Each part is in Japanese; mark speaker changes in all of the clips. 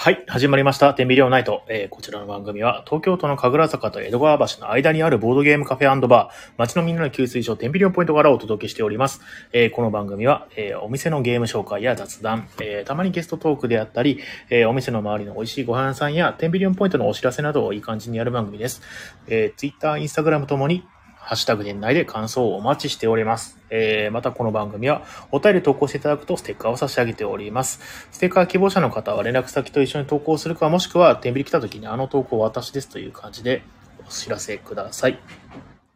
Speaker 1: はい、始まりました。天秤オナイト、えーこちらの番組は、東京都の神楽坂と江戸川橋の間にあるボードゲームカフェバー、街のみんなの給水所、天秤オポイントからお届けしております。えーこの番組は、えーお店のゲーム紹介や雑談、えーたまにゲストトークであったり、えーお店の周りの美味しいご飯屋さんや、天秤オポイントのお知らせなどをいい感じにやる番組です。えー、Twitter、Instagram ともに、ハッシュタグ年内で感想をお待ちしております。えーまたこの番組は、お便り投稿していただくとステッカーを差し上げております。ステッカー希望者の方は連絡先と一緒に投稿するか、もしくは、天秤来た時にあの投稿私ですという感じでお知らせください。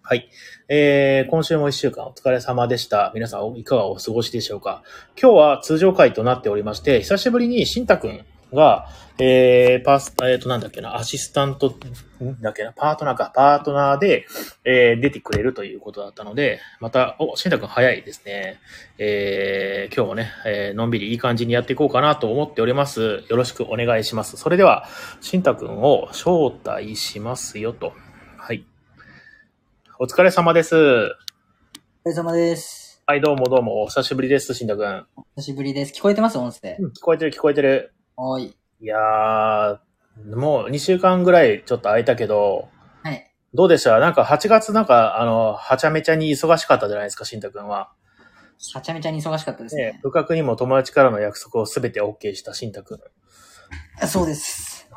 Speaker 1: はい。えー、今週も一週間お疲れ様でした。皆さんいかがお過ごしでしょうか今日は通常回となっておりまして、久しぶりに新太くんが、えー、パース、えっ、と、なんだっけな、アシスタント、んだっけな、パートナーか、パートナーで、えー出てくれるということだったので、また、お、新太くん早いですね。えー今日もね、えーのんびりいい感じにやっていこうかなと思っております。よろしくお願いします。それでは、しんたくんを招待しますよと。はい。お疲れ様です。
Speaker 2: お疲れ様です。
Speaker 1: はい、どうもどうも、お久しぶりです、しんたくん。
Speaker 2: 久しぶりです。聞こえてます音声。
Speaker 1: 聞こえてる聞こえてる。
Speaker 2: おーい。
Speaker 1: いやー、もう2週間ぐらいちょっと空いたけど、
Speaker 2: はい。
Speaker 1: どうでしたなんか8月なんか、あの、はちゃめちゃに忙しかったじゃないですか、しんたくんは。
Speaker 2: はちゃめちゃに忙しかったです
Speaker 1: ね
Speaker 2: ね。
Speaker 1: 部活にも友達からの約束をすべて OK したしんたくん。
Speaker 2: そうです。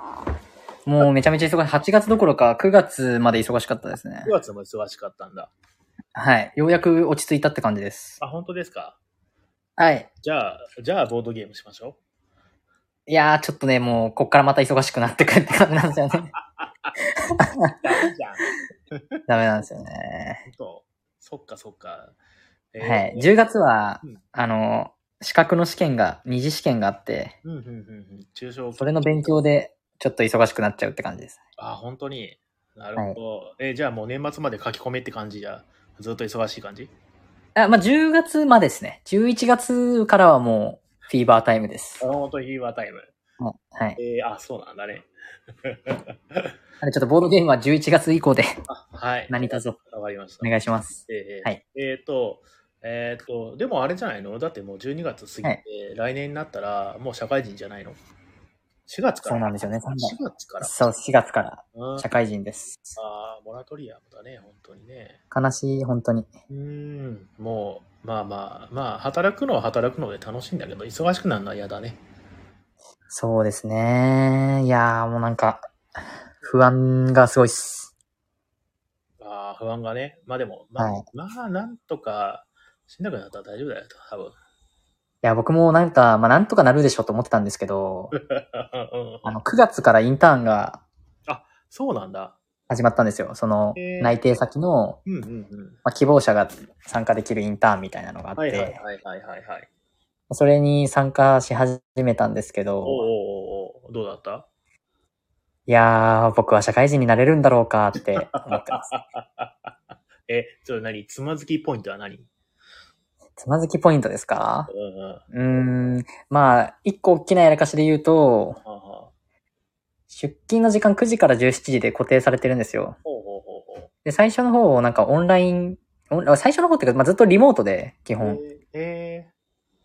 Speaker 2: もうめちゃめちゃ忙しい。8月どころか9月まで忙しかったですね
Speaker 1: 9。月も忙しかったんだ。
Speaker 2: はい。ようやく落ち着いたって感じです。
Speaker 1: あ、本当ですか
Speaker 2: はい。
Speaker 1: じゃあ、じゃあボードゲームしましょ
Speaker 2: いやー、ちょっとね、もうこっからまた忙しくなってくるって感じなんです よ
Speaker 1: う。ダ
Speaker 2: ね。
Speaker 1: メじゃん。
Speaker 2: ダメなんですよね。
Speaker 1: 本当。そっかそっか。えー
Speaker 2: はい。10月は
Speaker 1: うん、
Speaker 2: あの、資格の試験が、二次試験があって、
Speaker 1: うんうんうんうん。中小
Speaker 2: それの勉強でちょっと忙しくなっちゃうって感じです。
Speaker 1: あ、本当に。なるほど。えじゃあもう年末まで書き込めって感じじゃ。ずっと忙しい感じ
Speaker 2: あ、まあ、10月までですね。11月からはもう、フィーバータイムです。
Speaker 1: あ本当にフィーバータイム。
Speaker 2: はい。
Speaker 1: えーあ、そうなんだね。
Speaker 2: なのでちょっとボードゲームは11月以降で
Speaker 1: あはい。
Speaker 2: 何卒お
Speaker 1: わかりました。
Speaker 2: 願いします。
Speaker 1: えー
Speaker 2: はい
Speaker 1: えーと、えーと、でもあれじゃないのだってもう12月過ぎて、
Speaker 2: はい
Speaker 1: 来年になったらもう社会人じゃないの ?4 月から
Speaker 2: そうなんですよね
Speaker 1: 4月から。
Speaker 2: そう、4月から
Speaker 1: うん
Speaker 2: 社会人です。
Speaker 1: ああ、モラトリアムだね、本当にね。
Speaker 2: 悲しい、本当に。
Speaker 1: うーん、もう、まあまあ、まあ、働くのは働くので楽しいんだけど、忙しくなるのは嫌だね。
Speaker 2: そうですね。いやー、もうなんか、不安がすごいっす。
Speaker 1: ああ、不安がね。まあでも、まあ、
Speaker 2: はい
Speaker 1: まあ、なんとか、しんどくなったら大丈夫だよ、多分。
Speaker 2: いや、僕もなんか、まあ、なんとかなるでしょうと思ってたんです けど、
Speaker 1: う
Speaker 2: あ
Speaker 1: ん
Speaker 2: の、9月からインターンが
Speaker 1: そうなんだ。
Speaker 2: 始まったんですよ。その
Speaker 1: へー、
Speaker 2: 内定先の、
Speaker 1: うんうんうん。
Speaker 2: まあ、希望者が参加できるインターンみたいなのがあって、
Speaker 1: はいはいはいはいはいはい。
Speaker 2: それに参加し始めたんですけ
Speaker 1: おおお
Speaker 2: ど、
Speaker 1: うおうどうだった
Speaker 2: いやー、僕は社会人になれるんだろうかって思って ます。
Speaker 1: え、それ何つまずきポイントは何
Speaker 2: つまずきポイントですか
Speaker 1: うんうん。は
Speaker 2: うーん、まあ、一個大きなやらかしで言うと、
Speaker 1: あはあ
Speaker 2: 出勤の時間9時から17時で固定されてるんですよ。
Speaker 1: ほうほうほうほう。
Speaker 2: で、最初の方、なんかオンライン、オン最初の方っていうか、まあ、ずっとリモートで、基本。
Speaker 1: え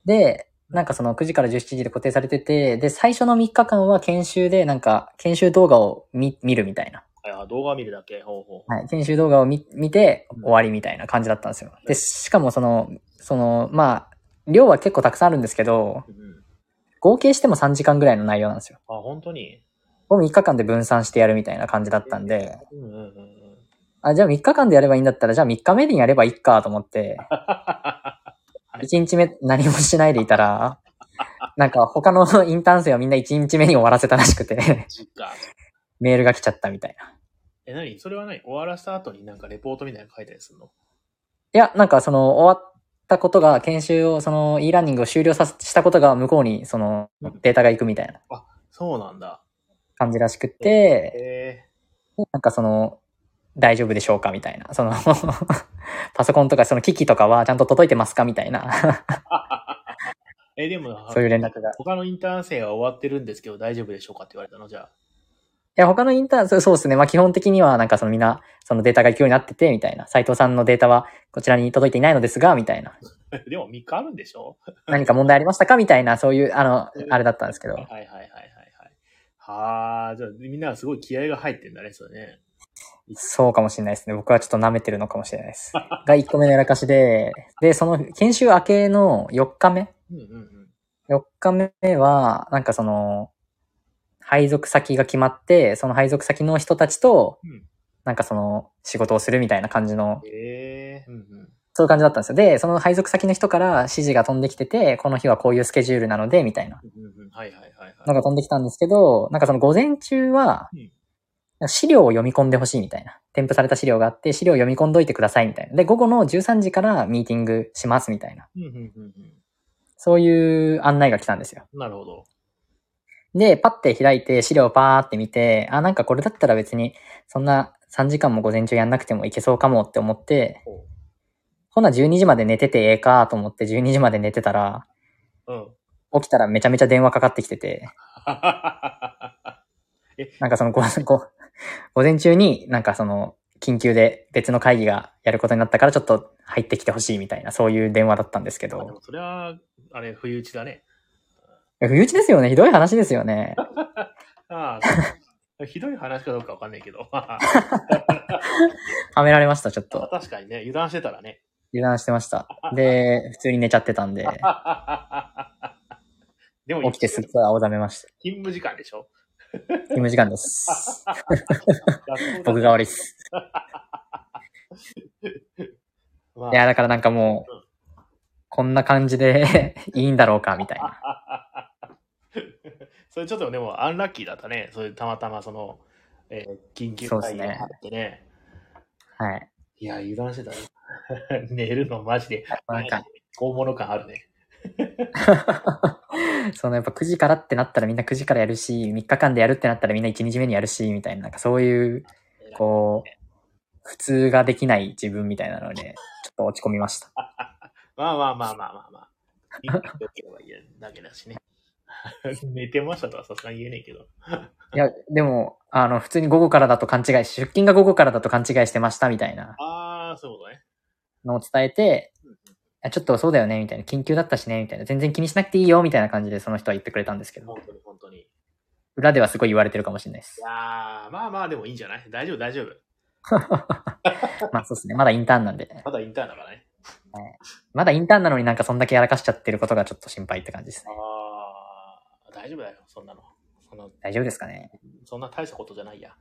Speaker 2: で、なんかその9時から17時で固定されてて、で、最初の3日間は研修で、なんか、研修動画を見見るみたいな。
Speaker 1: ー、あ動画見るだけ。ほうほう。
Speaker 2: はい、研修動画を見見て終わりみたいな感じだったんですよ。で、しかもその、その、まあ、量は結構たくさんあるんですけど、
Speaker 1: うん、
Speaker 2: 合計しても3時間ぐらいの内容なんですよ。
Speaker 1: あ、本当に
Speaker 2: を3日間で分散してやるみたいな感じだったんで、
Speaker 1: うんうんうんうん。
Speaker 2: あ、じゃあ3日間でやればいいんだったら、じゃあ3日目にやればいいかと思って、1日目何もしないでいたら、なんか他のインターン生はみんな1日目に終わらせたらしくて、
Speaker 1: 実家。
Speaker 2: メールが来ちゃったみたいな。
Speaker 1: え、何それは何終わらせた後になんかレポートみたいなの書いたりするの
Speaker 2: いや、なんかその終わったことが、研修を、その e ラーニングを終了させ、したことが向こうにその
Speaker 1: うん
Speaker 2: データが行くみたいな
Speaker 1: そうなんだ。
Speaker 2: 感じらしくて、
Speaker 1: え
Speaker 2: なんかその、大丈夫でしょうかみたいな。その、 パソコンとかその機器とかはちゃんと届いてますかみたいな、
Speaker 1: ー、え、でも、
Speaker 2: そういう連絡が。い
Speaker 1: 他のインターン生は終わってるんですけど大丈夫でしょうかって言われたのじゃあ。
Speaker 2: や、他のインターン、そうそうですね。まあ基本的にはなんかそのみんな、そのデータが行くようになってて、みたいな。斉藤さんのデータはこちらに届いていないのですが、みたいな。
Speaker 1: でも3日あるんでしょ
Speaker 2: 何か問題ありましたかみたいな、そういう、あの、あれだったんですけど
Speaker 1: はい。はいはいはいはい。はあ、じゃあみんなはすごい気合が入ってんだね、それね。
Speaker 2: そうかもしれないですね。僕はちょっと舐めてるのかもしれないです。が1個目のやらかしで、で、その研修明けの4日目
Speaker 1: うんうんうん。
Speaker 2: 4日目は、なんかその、配属先が決まって、その配属先の人たちと、
Speaker 1: うん
Speaker 2: なんかその、仕事をするみたいな感じの、
Speaker 1: ええうんうん。
Speaker 2: そういう感じだったんですよ。で、その配属先の人から指示が飛んできてて、この日はこういうスケジュールなので、みたいな
Speaker 1: うんうんうん。はいはいはいは
Speaker 2: の
Speaker 1: い。
Speaker 2: が飛んできたんですけど、なんかその午前中は
Speaker 1: うん、
Speaker 2: 資料を読み込んでほしいみたいな。添付された資料があって、資料を読み込んどいてくださいみたいな。で、午後の13時からミーティングしますみたいな。
Speaker 1: うんうんうんう
Speaker 2: そういう案内が来たんですよ。
Speaker 1: ん。なるほど。
Speaker 2: で、パッて開いて資料をパーって見て、あ、なんかこれだったら別にそんな3時間も午前中やんなくてもいけそうかもって思って
Speaker 1: ほう、
Speaker 2: ほな12時まで寝ててええかと思って12時まで寝てたら、
Speaker 1: うん。
Speaker 2: 起きたらめちゃめちゃ電話かかってきてて、なんかその午前午午前中になんかその緊急で別の会議がやることになったからちょっと入ってきてほしいみたいなそういう電話だったんですけ
Speaker 1: あで
Speaker 2: ど、
Speaker 1: もそれは、あれ、不意打ちだね。
Speaker 2: 不意打ちですよね。ひどい話ですよね。
Speaker 1: あ あ、ひどい話かどうかわかんないけど。まあ
Speaker 2: はめられました、ちょっと。
Speaker 1: 確かにね、油断してたらね。
Speaker 2: 油断してました。で、普通に寝ちゃってたんで。
Speaker 1: でも、
Speaker 2: 起きてすっごい青ざめました。
Speaker 1: 勤務時間でしょ
Speaker 2: 勤務時間です。
Speaker 1: 学校
Speaker 2: 僕
Speaker 1: だ
Speaker 2: が悪いっす。
Speaker 1: ま
Speaker 2: いや、だからなんかもう、こんな感じで いいんだろうか、みたいな。
Speaker 1: あ、それちょっとでもアンラッキーだったね。それたまたまその、えー緊急
Speaker 2: そうっす
Speaker 1: 会議
Speaker 2: ね
Speaker 1: があってね。
Speaker 2: はい。
Speaker 1: いや、油断してたね。 寝るのマジで。
Speaker 2: なんか、
Speaker 1: 大物感あるね。
Speaker 2: そのやっぱ9時からってなったらみんな9時からやるし、3日間でやるってなったらみんな1日目にやるし、みたいな、なんかそういう、こう、普通ができない自分みたいなので、ちょっと落ち込みました。
Speaker 1: まあまあまあまあまあまあ。緊急時間はいやだけだしね。 寝てましたとはさすがに言えねえけど。
Speaker 2: いや、でも、あの、普通に午後からだと勘違いし、出勤が午後からだと勘違いしてました、みたいな
Speaker 1: ああ、そういうことね。
Speaker 2: のを伝えて、
Speaker 1: うんうん
Speaker 2: いやちょっとそうだよね、みたいな。緊急だったしね、みたいな。全然気にしなくていいよ、みたいな感じでその人は言ってくれたんですけど。
Speaker 1: 本当に本当に。い
Speaker 2: 裏ではすごい言われてるかもしれないです
Speaker 1: や。ーまあまあでもいいんじゃない大丈夫大丈夫。
Speaker 2: まあそうですね。まだインターンなんで。
Speaker 1: まだインターンだからね。
Speaker 2: まだインターンなのになんかそんだけやらかしちゃってることがちょっと心配って感じですね。
Speaker 1: ああ、大丈夫だよ、そんなの。そんな、
Speaker 2: 大丈夫ですかね
Speaker 1: そんな大したことじゃないや。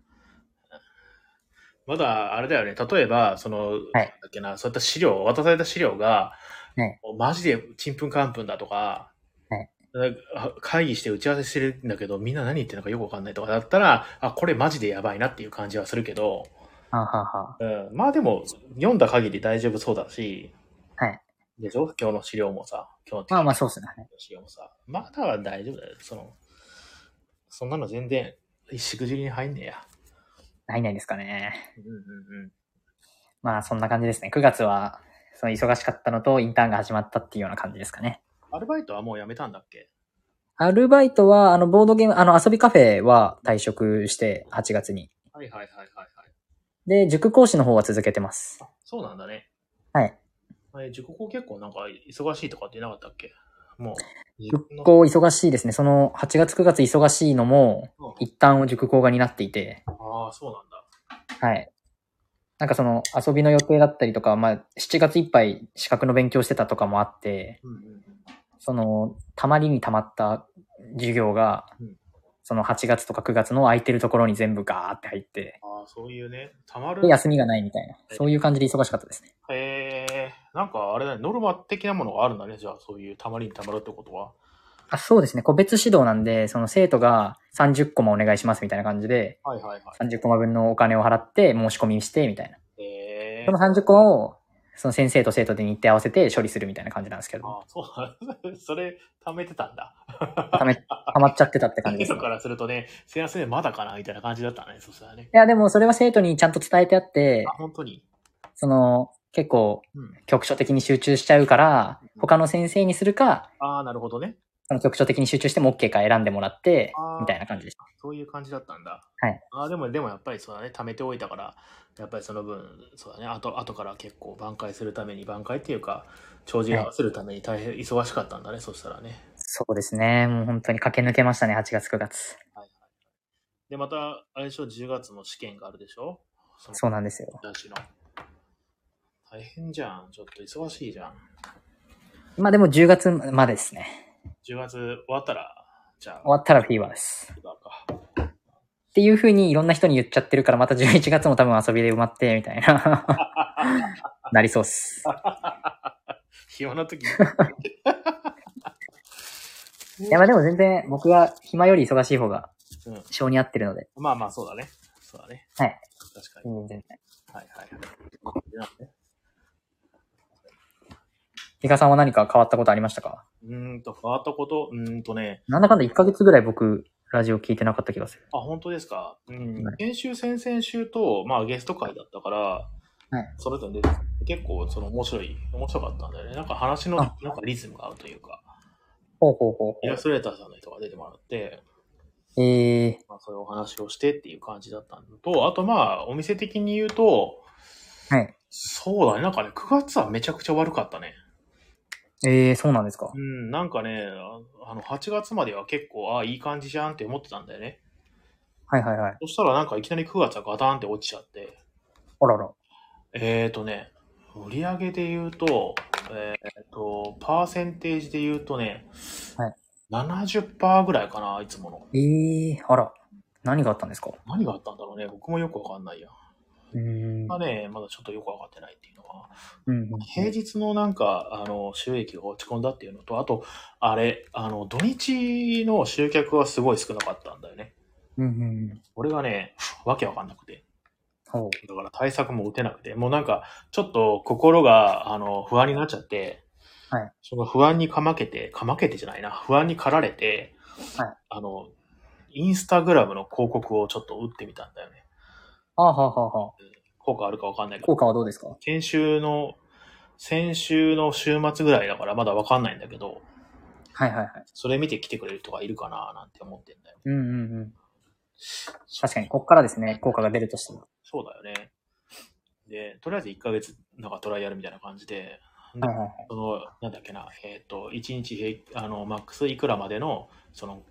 Speaker 1: まだ、あれだよね、例えば、その、なんだっけな、そういった資料、渡された資料が、
Speaker 2: ね
Speaker 1: もうマジでちんぷんかんぷんだとか、
Speaker 2: ね
Speaker 1: なんかあ会議して打ち合わせしてるんだけど、みんな何言ってるのかよくわかんないとかだったら、あ、これマジでやばいなっていう感じはするけど、
Speaker 2: はあ、はあは
Speaker 1: うん、まあでも、読んだ限り大丈夫そうだし、
Speaker 2: はい。
Speaker 1: でしょ今日の資料もさ、今日の
Speaker 2: あ、まあまあそうですね。はい
Speaker 1: しかもさ、まだは大丈夫だよ。その、そんなの全然、しくじりに入んねえや。
Speaker 2: ないないですかね。
Speaker 1: うんうんうん。
Speaker 2: まあそんな感じですね。9月は、その忙しかったのとインターンが始まったっていうような感じですかね。
Speaker 1: アルバイトはもうやめたんだっけ
Speaker 2: アルバイトは、あの、ボードゲーム、あの、遊びカフェは退職して、8月に。
Speaker 1: はいはいはいはいはい。
Speaker 2: で、塾講師の方は続けてます。
Speaker 1: あ、そうなんだね。
Speaker 2: はい。
Speaker 1: え、塾校結構なんか忙しいとかって言えなかったっけもう。
Speaker 2: 塾校忙しいですね。その8月9月忙しいのも、
Speaker 1: うん
Speaker 2: 一旦塾校が担っていて、
Speaker 1: ああ、そうなんだ。
Speaker 2: はい。なんかその遊びの予定だったりとか、まあ7月いっぱい資格の勉強してたとかもあって、
Speaker 1: うんうんうん。
Speaker 2: そのたまりにたまった授業が
Speaker 1: うん、
Speaker 2: その8月とか9月の空いてるところに全部ガーって入って、
Speaker 1: ああ、そういうね。たまる
Speaker 2: で、。休みがないみたいな、そういう感じで忙しかったですね。
Speaker 1: へえなんかあれだね、ノルマ的なものがあるんだね。じゃあ、そういうたまりにたまるってことは。
Speaker 2: あそうですね。個別指導なんで、その生徒が30コマお願いしますみたいな感じで、
Speaker 1: はいはいは
Speaker 2: 30コマ分のお金を払って申し込みしてみたいな。
Speaker 1: い。へえ
Speaker 2: その30個を、その先生と生徒で日程合わせて処理するみたいな感じなんですけど、
Speaker 1: ああ、そうなんだ。 それ、貯めてたんだ。
Speaker 2: ため、溜まっちゃってたって感 じです、
Speaker 1: 人
Speaker 2: ね。
Speaker 1: からするとね、すいません、まだかなみたいな感じだったね、そしたらね。
Speaker 2: いや、でもそれは生徒にちゃんと伝えてあって
Speaker 1: あ、、本当に。
Speaker 2: その、結構
Speaker 1: うん、
Speaker 2: 局所的に集中しちゃうから、他の先生にするか、
Speaker 1: ああ、なるほどね。
Speaker 2: その局所的に集中しても OK か選んでもらって
Speaker 1: あー、
Speaker 2: みたいな感じでした。
Speaker 1: そういう感じだったんだ。
Speaker 2: はい。
Speaker 1: ああ、でも、でもやっぱりそうだね、貯めておいたから、やっぱりその分、そうだね、あと、後から結構挽回するために、挽回っていうか、長寿合わせるために大変忙しかったんだね、そしたらね。
Speaker 2: そうですね。もう本当に駆け抜けましたね、8月9月。
Speaker 1: で、また、あれでしょ、10月の試験があるでしょそ
Speaker 2: そうなんですよ。
Speaker 1: の出しの。大変じゃん。ちょっと忙しいじゃん。
Speaker 2: まあでも10月までですね。
Speaker 1: 10月終わったら、じゃ
Speaker 2: 終
Speaker 1: あ、
Speaker 2: わったらフィーバーです。
Speaker 1: フィーバーか。
Speaker 2: っていう風にいろんな人に言っちゃってるから、また11月も多分遊びで埋まって、みた いな。なりそうっす。
Speaker 1: 暇な時に。
Speaker 2: いや、まあでも全然僕は暇より忙しい方が
Speaker 1: うん、
Speaker 2: 性に合ってるので。
Speaker 1: まあまあ、そうだね。そうだね。
Speaker 2: はい。
Speaker 1: 確かに。
Speaker 2: 全然全然。
Speaker 1: はいはい。
Speaker 2: リカさんは何か変わったことありましたか
Speaker 1: うーんと、変わったこと、うーんとね、
Speaker 2: なんだかんだ1ヶ月ぐらい僕、ラジオ聞いてなかった気がする。
Speaker 1: あ、本当ですか。うん
Speaker 2: はい。
Speaker 1: 先週、先々週と、まあゲスト会だったから、
Speaker 2: はい
Speaker 1: それぞれ出て結構、その面白い、面白かったんだよね。なんか話の、なん
Speaker 2: あ
Speaker 1: かリズムが合うというか、
Speaker 2: ほうほうほう
Speaker 1: イラストレーターさんの人が出てもらって、
Speaker 2: う。ええ
Speaker 1: まあそういうお話をしてっていう感じだったのと、あとまあ、お店的に言うと、
Speaker 2: はい。
Speaker 1: そうだね。なんかね、9月はめちゃくちゃ悪かったね。
Speaker 2: ええそうなんですか
Speaker 1: う。ん、なんかね、ああの、8月までは結構、ああ、いい感じじゃんって思ってたんだよね。
Speaker 2: はいはいはい。
Speaker 1: そしたらなんかいきなり9月はガタンって落ちちゃって。
Speaker 2: あらら。
Speaker 1: えーとね、売り上げで言うと、えーと、パーセンテージで言うとね、
Speaker 2: はい
Speaker 1: 70%ぐらいかな、いつもの。
Speaker 2: ええあら。何があったんですか
Speaker 1: 何があったんだろうね。僕もよくわかんないや。
Speaker 2: うーん。
Speaker 1: まあね、まだちょっとよくわかってないっていうのは。
Speaker 2: うん。
Speaker 1: 平日のなんか、あの、収益が落ち込んだっていうのと、あと、あれ、あの、土日の集客はすごい少なかったんだよね。
Speaker 2: うんうん。
Speaker 1: 俺がね、わけわかんなくて。
Speaker 2: ほう。
Speaker 1: だから対策も打てなくて、もうなんか、ちょっと心が、あの、不安になっちゃって、
Speaker 2: はい
Speaker 1: その不安にかまけて、かまけてじゃないな、不安に駆られて、
Speaker 2: はい
Speaker 1: あの、インスタグラムの広告をちょっと打ってみたんだよね。
Speaker 2: あはあはあはあ。
Speaker 1: 効果あるかわかんないけ
Speaker 2: 効
Speaker 1: ど、
Speaker 2: 果はどうですか
Speaker 1: 先週の、先週の週末ぐらいだからまだわかんないんだけど、
Speaker 2: はいはいはい。
Speaker 1: それ見て来てくれる人がいるかななんて思ってんだよ。
Speaker 2: うんうんうん。確かに、こっからですね、効果が出るとしても。
Speaker 1: そうだよね。で、とりあえず1ヶ月、なんかトライアルみたいな感じで、で
Speaker 2: はいはいはい。
Speaker 1: その、なんだっけな、えっ、と、1日平、あの、マックスいくらまでの、その、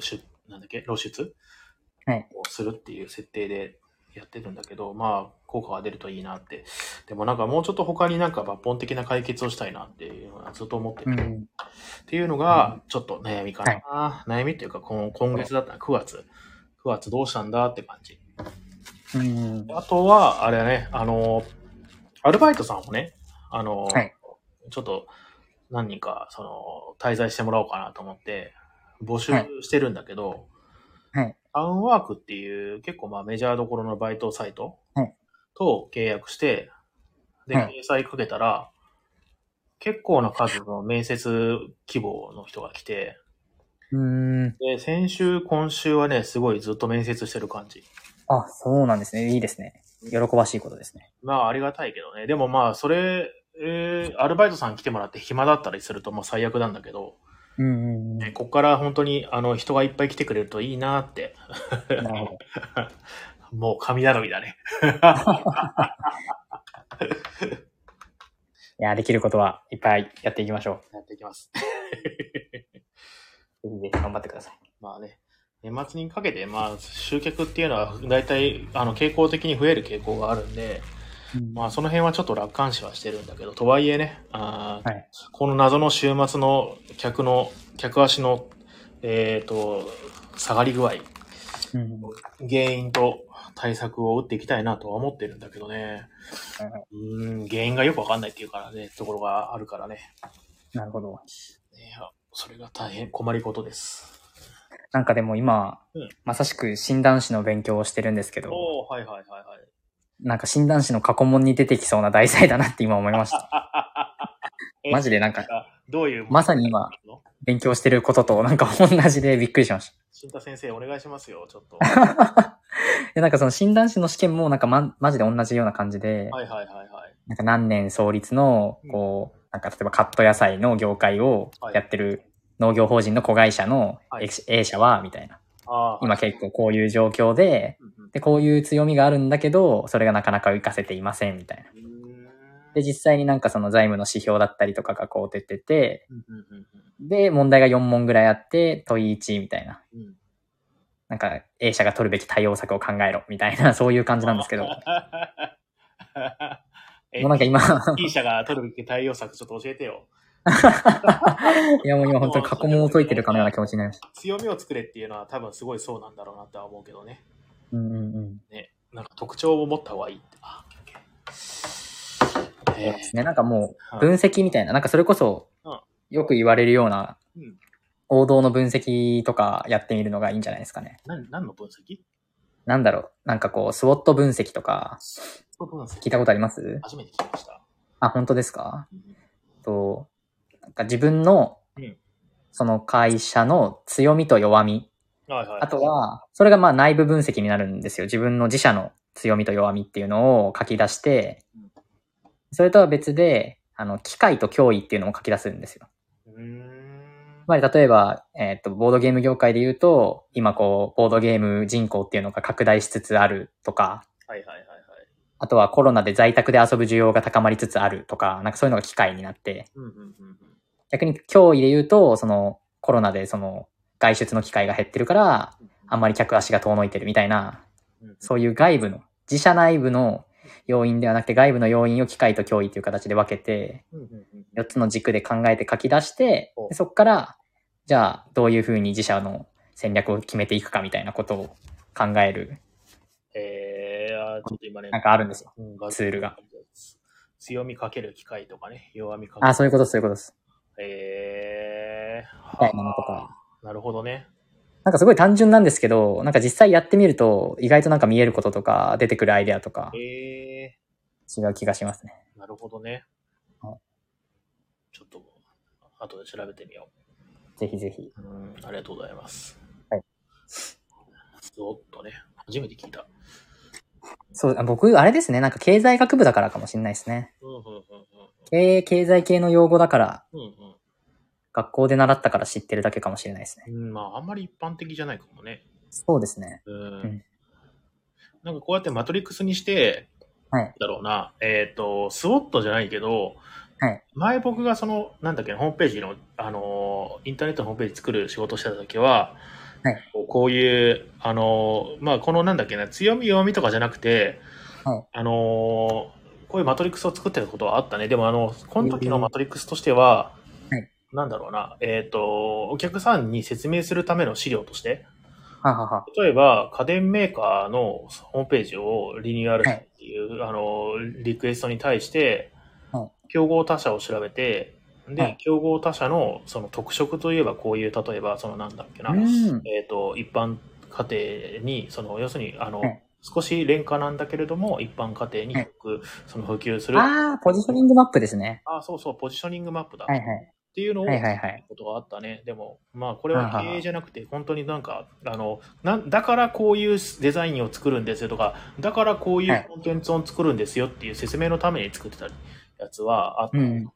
Speaker 1: 出、なんだっけ、露出
Speaker 2: はい
Speaker 1: をするっていう設定でやってるんだけど、まあ、効果が出るといいなって。でもなんかもうちょっと他になんか抜本的な解決をしたいなっていうのはずっと思ってる。
Speaker 2: うんう
Speaker 1: っ
Speaker 2: ん。
Speaker 1: ていうのが、ちょっと悩みかな。悩みっていうか、今今月だったら9月。9月どうしたんだって感じ。
Speaker 2: うんうん。
Speaker 1: あとは、あれね、あの、アルバイトさんをね、あの、
Speaker 2: はい
Speaker 1: ちょっと何人か、その、滞在してもらおうかなと思って、募集
Speaker 2: はい
Speaker 1: してるんだけど、
Speaker 2: はい
Speaker 1: タウンワークっていう結構まあメジャーどころのバイトサイト
Speaker 2: はい
Speaker 1: と契約して、で、
Speaker 2: はい
Speaker 1: 掲載かけたら、結構な数の面接希望の人が来て、
Speaker 2: うん。
Speaker 1: で、先週、今週はね、すごいずっと面接してる感じ。
Speaker 2: あ、そうなんですね。いいですね。喜ばしいことですね。
Speaker 1: まあ、ありがたいけどね。でもまあ、それ、えーアルバイトさん来てもらって暇だったりするともう最悪なんだけど、
Speaker 2: うんうんうん。
Speaker 1: ねここから本当に、あの、人がいっぱい来てくれるといいなって、
Speaker 2: なるほど。
Speaker 1: もう神頼みだね。
Speaker 2: いや、できることはいっぱいやっていきましょ
Speaker 1: やっていきます。
Speaker 2: う。ぜひぜひ頑張ってください。
Speaker 1: まあね、年末にかけて、まあ、集客っていうのは、大体、あの、傾向的に増える傾向があるんで、まあ、その辺はちょっと楽観視はしてるんだけど、とはいえね、あー
Speaker 2: はい
Speaker 1: この謎の週末の客の、客足の、えっ、と、下がり具合、
Speaker 2: うんうんは
Speaker 1: 原因と対策を打っていきたいなとは思ってるんだけどね。
Speaker 2: いは
Speaker 1: うーん、原因がよくわかんないっていうからね、ところがあるからね。
Speaker 2: いなるほど。
Speaker 1: ねそれが大変困りことです。
Speaker 2: なんかでも今
Speaker 1: うん、
Speaker 2: まさしく診断士の勉強をしてるんですけど、
Speaker 1: おおはいはいはいはい。
Speaker 2: なんか診断士の過去問に出てきそうな題材だなって今思い ました。
Speaker 1: え
Speaker 2: マジでなんか、
Speaker 1: あどういう。
Speaker 2: まさに今。勉強してることとなんか同じでびっくりしました。
Speaker 1: 新太先生、お願いしますよ、ちょっ と。
Speaker 2: で、なんかその診断士の試験もなんかま、マジで同じような感じで、
Speaker 1: はいはいはいはい。
Speaker 2: なんか何年創立の
Speaker 1: うん、
Speaker 2: こう、なんか例えばカット野菜の業界をやってる農業法人の子会社の
Speaker 1: はい
Speaker 2: X- A 社は、みたいな。
Speaker 1: ああ。
Speaker 2: 今結構こういう状況で、
Speaker 1: うんうん
Speaker 2: で、こういう強みがあるんだけど、それがなかなか活かせていません、みたいな。
Speaker 1: うーん
Speaker 2: で、実際になんかその財務の指標だったりとかがこう出てて、
Speaker 1: うんうんうん
Speaker 2: で、問題が4問ぐらいあって、問い1みたいな。
Speaker 1: うんうん
Speaker 2: なんか A 社が取るべき対応策を考えろ、みたいな、 そういう感じなんですけど。も
Speaker 1: え
Speaker 2: うなんか今、
Speaker 1: E 社が取るべき対応策ちょっと教えてよ。
Speaker 2: いやもう今本当に過去問を解いてるかのような気持ちになりました。
Speaker 1: 強みを作れっていうのは多分すごいそうなんだろうなとは思うけどね。
Speaker 2: うんうんうん。
Speaker 1: なんか特徴を持った方がいいって。あ、OK, OK
Speaker 2: そう
Speaker 1: え
Speaker 2: ですね。なんかも
Speaker 1: ー
Speaker 2: う、分析みたいな、なんかそれこそ
Speaker 1: うん、
Speaker 2: よく言われるような
Speaker 1: うん、
Speaker 2: 王道の分析とかやってみるのがいいんじゃないですかね。
Speaker 1: 何何の分析
Speaker 2: なんだろう。なんかこう、スウォット分析とか、
Speaker 1: そう分析
Speaker 2: 聞いたことあります
Speaker 1: 初めて聞きました。
Speaker 2: あ、本当ですか
Speaker 1: うん
Speaker 2: と、なんか自分の
Speaker 1: うん、
Speaker 2: その会社の強みと弱み。
Speaker 1: はいはい。
Speaker 2: あと、は、それがまあ内部分析になるんですよ。自分の自社の強みと弱みっていうのを書き出して
Speaker 1: うん、
Speaker 2: それとは別で、あの、機械と脅威っていうのも書き出すんですよ。
Speaker 1: うーん。
Speaker 2: つまり例えば、えっ、と、ボードゲーム業界で言うと、今こう、ボードゲーム人口っていうのが拡大しつつあるとか、
Speaker 1: はいはいはいはい。
Speaker 2: あとはコロナで在宅で遊ぶ需要が高まりつつあるとか、なんかそういうのが機会になって、
Speaker 1: うんうんうんうん。
Speaker 2: 逆に脅威で言うと、そのコロナでその外出の機会が減ってるから、あんまり客足が遠のいてるみたいな、
Speaker 1: うん
Speaker 2: そういう外部の、自社内部の要因ではなくて外部の要因を機械と脅威という形で分けて、
Speaker 1: うんうんうん
Speaker 2: 4つの軸で考えて書き出して
Speaker 1: お、
Speaker 2: でそこから、じゃあどういうふうに自社の戦略を決めていくかみたいなことを考える、
Speaker 1: えー、あーちょっと今ね、
Speaker 2: なんかあるんですよ。
Speaker 1: うん画像
Speaker 2: ツールが。
Speaker 1: 強みかける機械とかね、弱みかける。
Speaker 2: あ、そういうことですそういうことです。
Speaker 1: えー、
Speaker 2: みたいなのとか。
Speaker 1: なるほどね。
Speaker 2: なんかすごい単純なんですけど、なんか実際やってみると、意外となんか見えることとか、出てくるアイデアとか、
Speaker 1: え
Speaker 2: 違う気がしますね。
Speaker 1: ー、なるほどね
Speaker 2: はい。
Speaker 1: ちょっと、後で調べてみよ
Speaker 2: ぜひぜひ。
Speaker 1: う。うん、ありがとうございます。
Speaker 2: はい。
Speaker 1: そっとね、初めて聞いた。
Speaker 2: そう、あ僕、あれですね、なんか経済学部だからかもしれないですね。
Speaker 1: うんうんうん
Speaker 2: 経営、経済系の用語だから、
Speaker 1: うん。うん
Speaker 2: 学校で習ったから知ってるだけかもしれないですね。
Speaker 1: うん。うん、まあ、あんまり一般的じゃないかもね。
Speaker 2: そうですね。
Speaker 1: うん
Speaker 2: うん
Speaker 1: なんかこうやってマトリックスにして、
Speaker 2: はい
Speaker 1: だろうな、えっ、と、スウォットじゃないけど、
Speaker 2: はい
Speaker 1: 前僕がその、なんだっけ、ホームページの、あのー、インターネットのホームページ作る仕事してた時は、
Speaker 2: はい
Speaker 1: こうこういう、あのー、まあ、このなんだっけな、強み弱みとかじゃなくて、
Speaker 2: はい
Speaker 1: あのー、こういうマトリックスを作ってることはあったね。でもあの、この時のマトリックスとしては、
Speaker 2: はい
Speaker 1: なんだろうな、えっ、と、お客さんに説明するための資料として、
Speaker 2: ははは。
Speaker 1: 例えば、家電メーカーのホームページをリニューアルしたいっていう、あの、リクエストに対して
Speaker 2: はい、
Speaker 1: 競合他社を調べて、で、
Speaker 2: はい
Speaker 1: 競合他社のその特色といえばこういう、例えば、そのなんだっけな、
Speaker 2: うん。
Speaker 1: えっ、と、一般家庭に、その、要するに、あの、
Speaker 2: はい
Speaker 1: 少し廉価なんだけれども、一般家庭によく、その普及する。
Speaker 2: あー、ポジショニングマップですね。
Speaker 1: あ、そうそう、ポジショニングマップだ。
Speaker 2: はい
Speaker 1: っ
Speaker 2: はい。
Speaker 1: ていうのを、
Speaker 2: はいはいはい。
Speaker 1: ことがあったね。でも、まあ、これは
Speaker 2: はあはあ
Speaker 1: 経営じゃなくて、本当になんか、あの、なん、だからこういうデザインを作るんですよとか、だからこうい
Speaker 2: は
Speaker 1: う
Speaker 2: い
Speaker 1: コンテンツを作るんですよっていう説明のために作ってたやつはあった。
Speaker 2: うん
Speaker 1: うんうんうん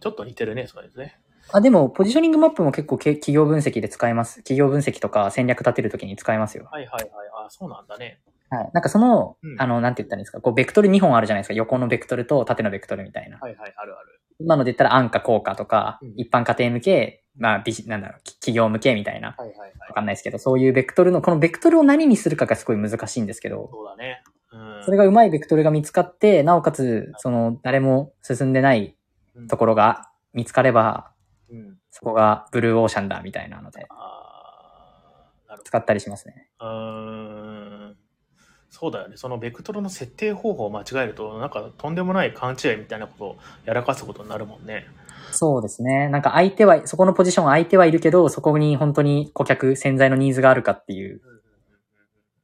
Speaker 1: ちょっと似てるね、それですね。
Speaker 2: あ、でも、ポジショニングマップも結構け企業分析で使えます。企業分析とか戦略立てるときに使えますよ。
Speaker 1: はいはいはい。あ、そうなんだね。
Speaker 2: はい。なんかその、
Speaker 1: うん
Speaker 2: あの、なんて言ったらいいんですか、こう、ベクトル2本あるじゃないですか。横のベクトルと縦のベクトルみたいな。
Speaker 1: はいはい、あるある。
Speaker 2: 今ので言ったら安価、効果とか、
Speaker 1: うん
Speaker 2: 一般家庭向け、まあ、ビジ、なんだろう、き企業向けみたいな。
Speaker 1: はいはい
Speaker 2: わ
Speaker 1: は
Speaker 2: か
Speaker 1: い。
Speaker 2: んないですけど、そういうベクトルの、このベクトルを何にするかがすごい難しいんですけど、
Speaker 1: そうだね。うん。
Speaker 2: それがうまいベクトルが見つかって、なおかつ、その、誰も進んでない
Speaker 1: うん
Speaker 2: ところが見つかれば、
Speaker 1: うん。
Speaker 2: そこがブルーオーシャンだ、みたいなので、
Speaker 1: あーなるほど
Speaker 2: 使ったりしますね。
Speaker 1: うーんそうだよね。そのベクトルの設定方法を間違えると、なんかとんでもない勘違いみたいなことをやらかすことになるもんね。
Speaker 2: そうですね。なんか相手は、そこのポジションは相手はいるけど、そこに本当に顧客、潜在のニーズがあるかっていう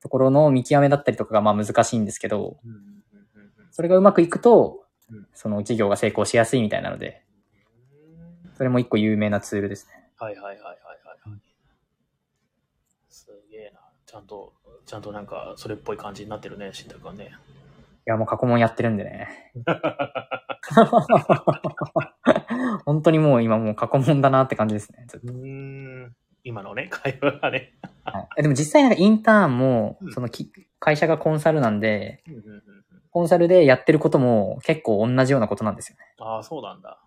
Speaker 2: ところの見極めだったりとかがまあ難しいんですけど、それがうまくいくと
Speaker 1: うん、
Speaker 2: その事業が成功しやすいみたいなので、それも一個有名なツールですね。
Speaker 1: はいはいはいはいはいはい。すげえな。ちゃんと、ちゃんとなんかそれっぽい感じになってるね、新太君ね。
Speaker 2: いや、もう過去問やってるんでね。 本当にもう今もう過去問だなって感じですね。ずっと
Speaker 1: うーん。今のね、会話がね。
Speaker 2: はいえでも実際なんかインターンも
Speaker 1: うん、
Speaker 2: そのき会社がコンサルなんで、コンサルでやってることも結構同じようなことなんですよね。
Speaker 1: ああ、そうなんだ。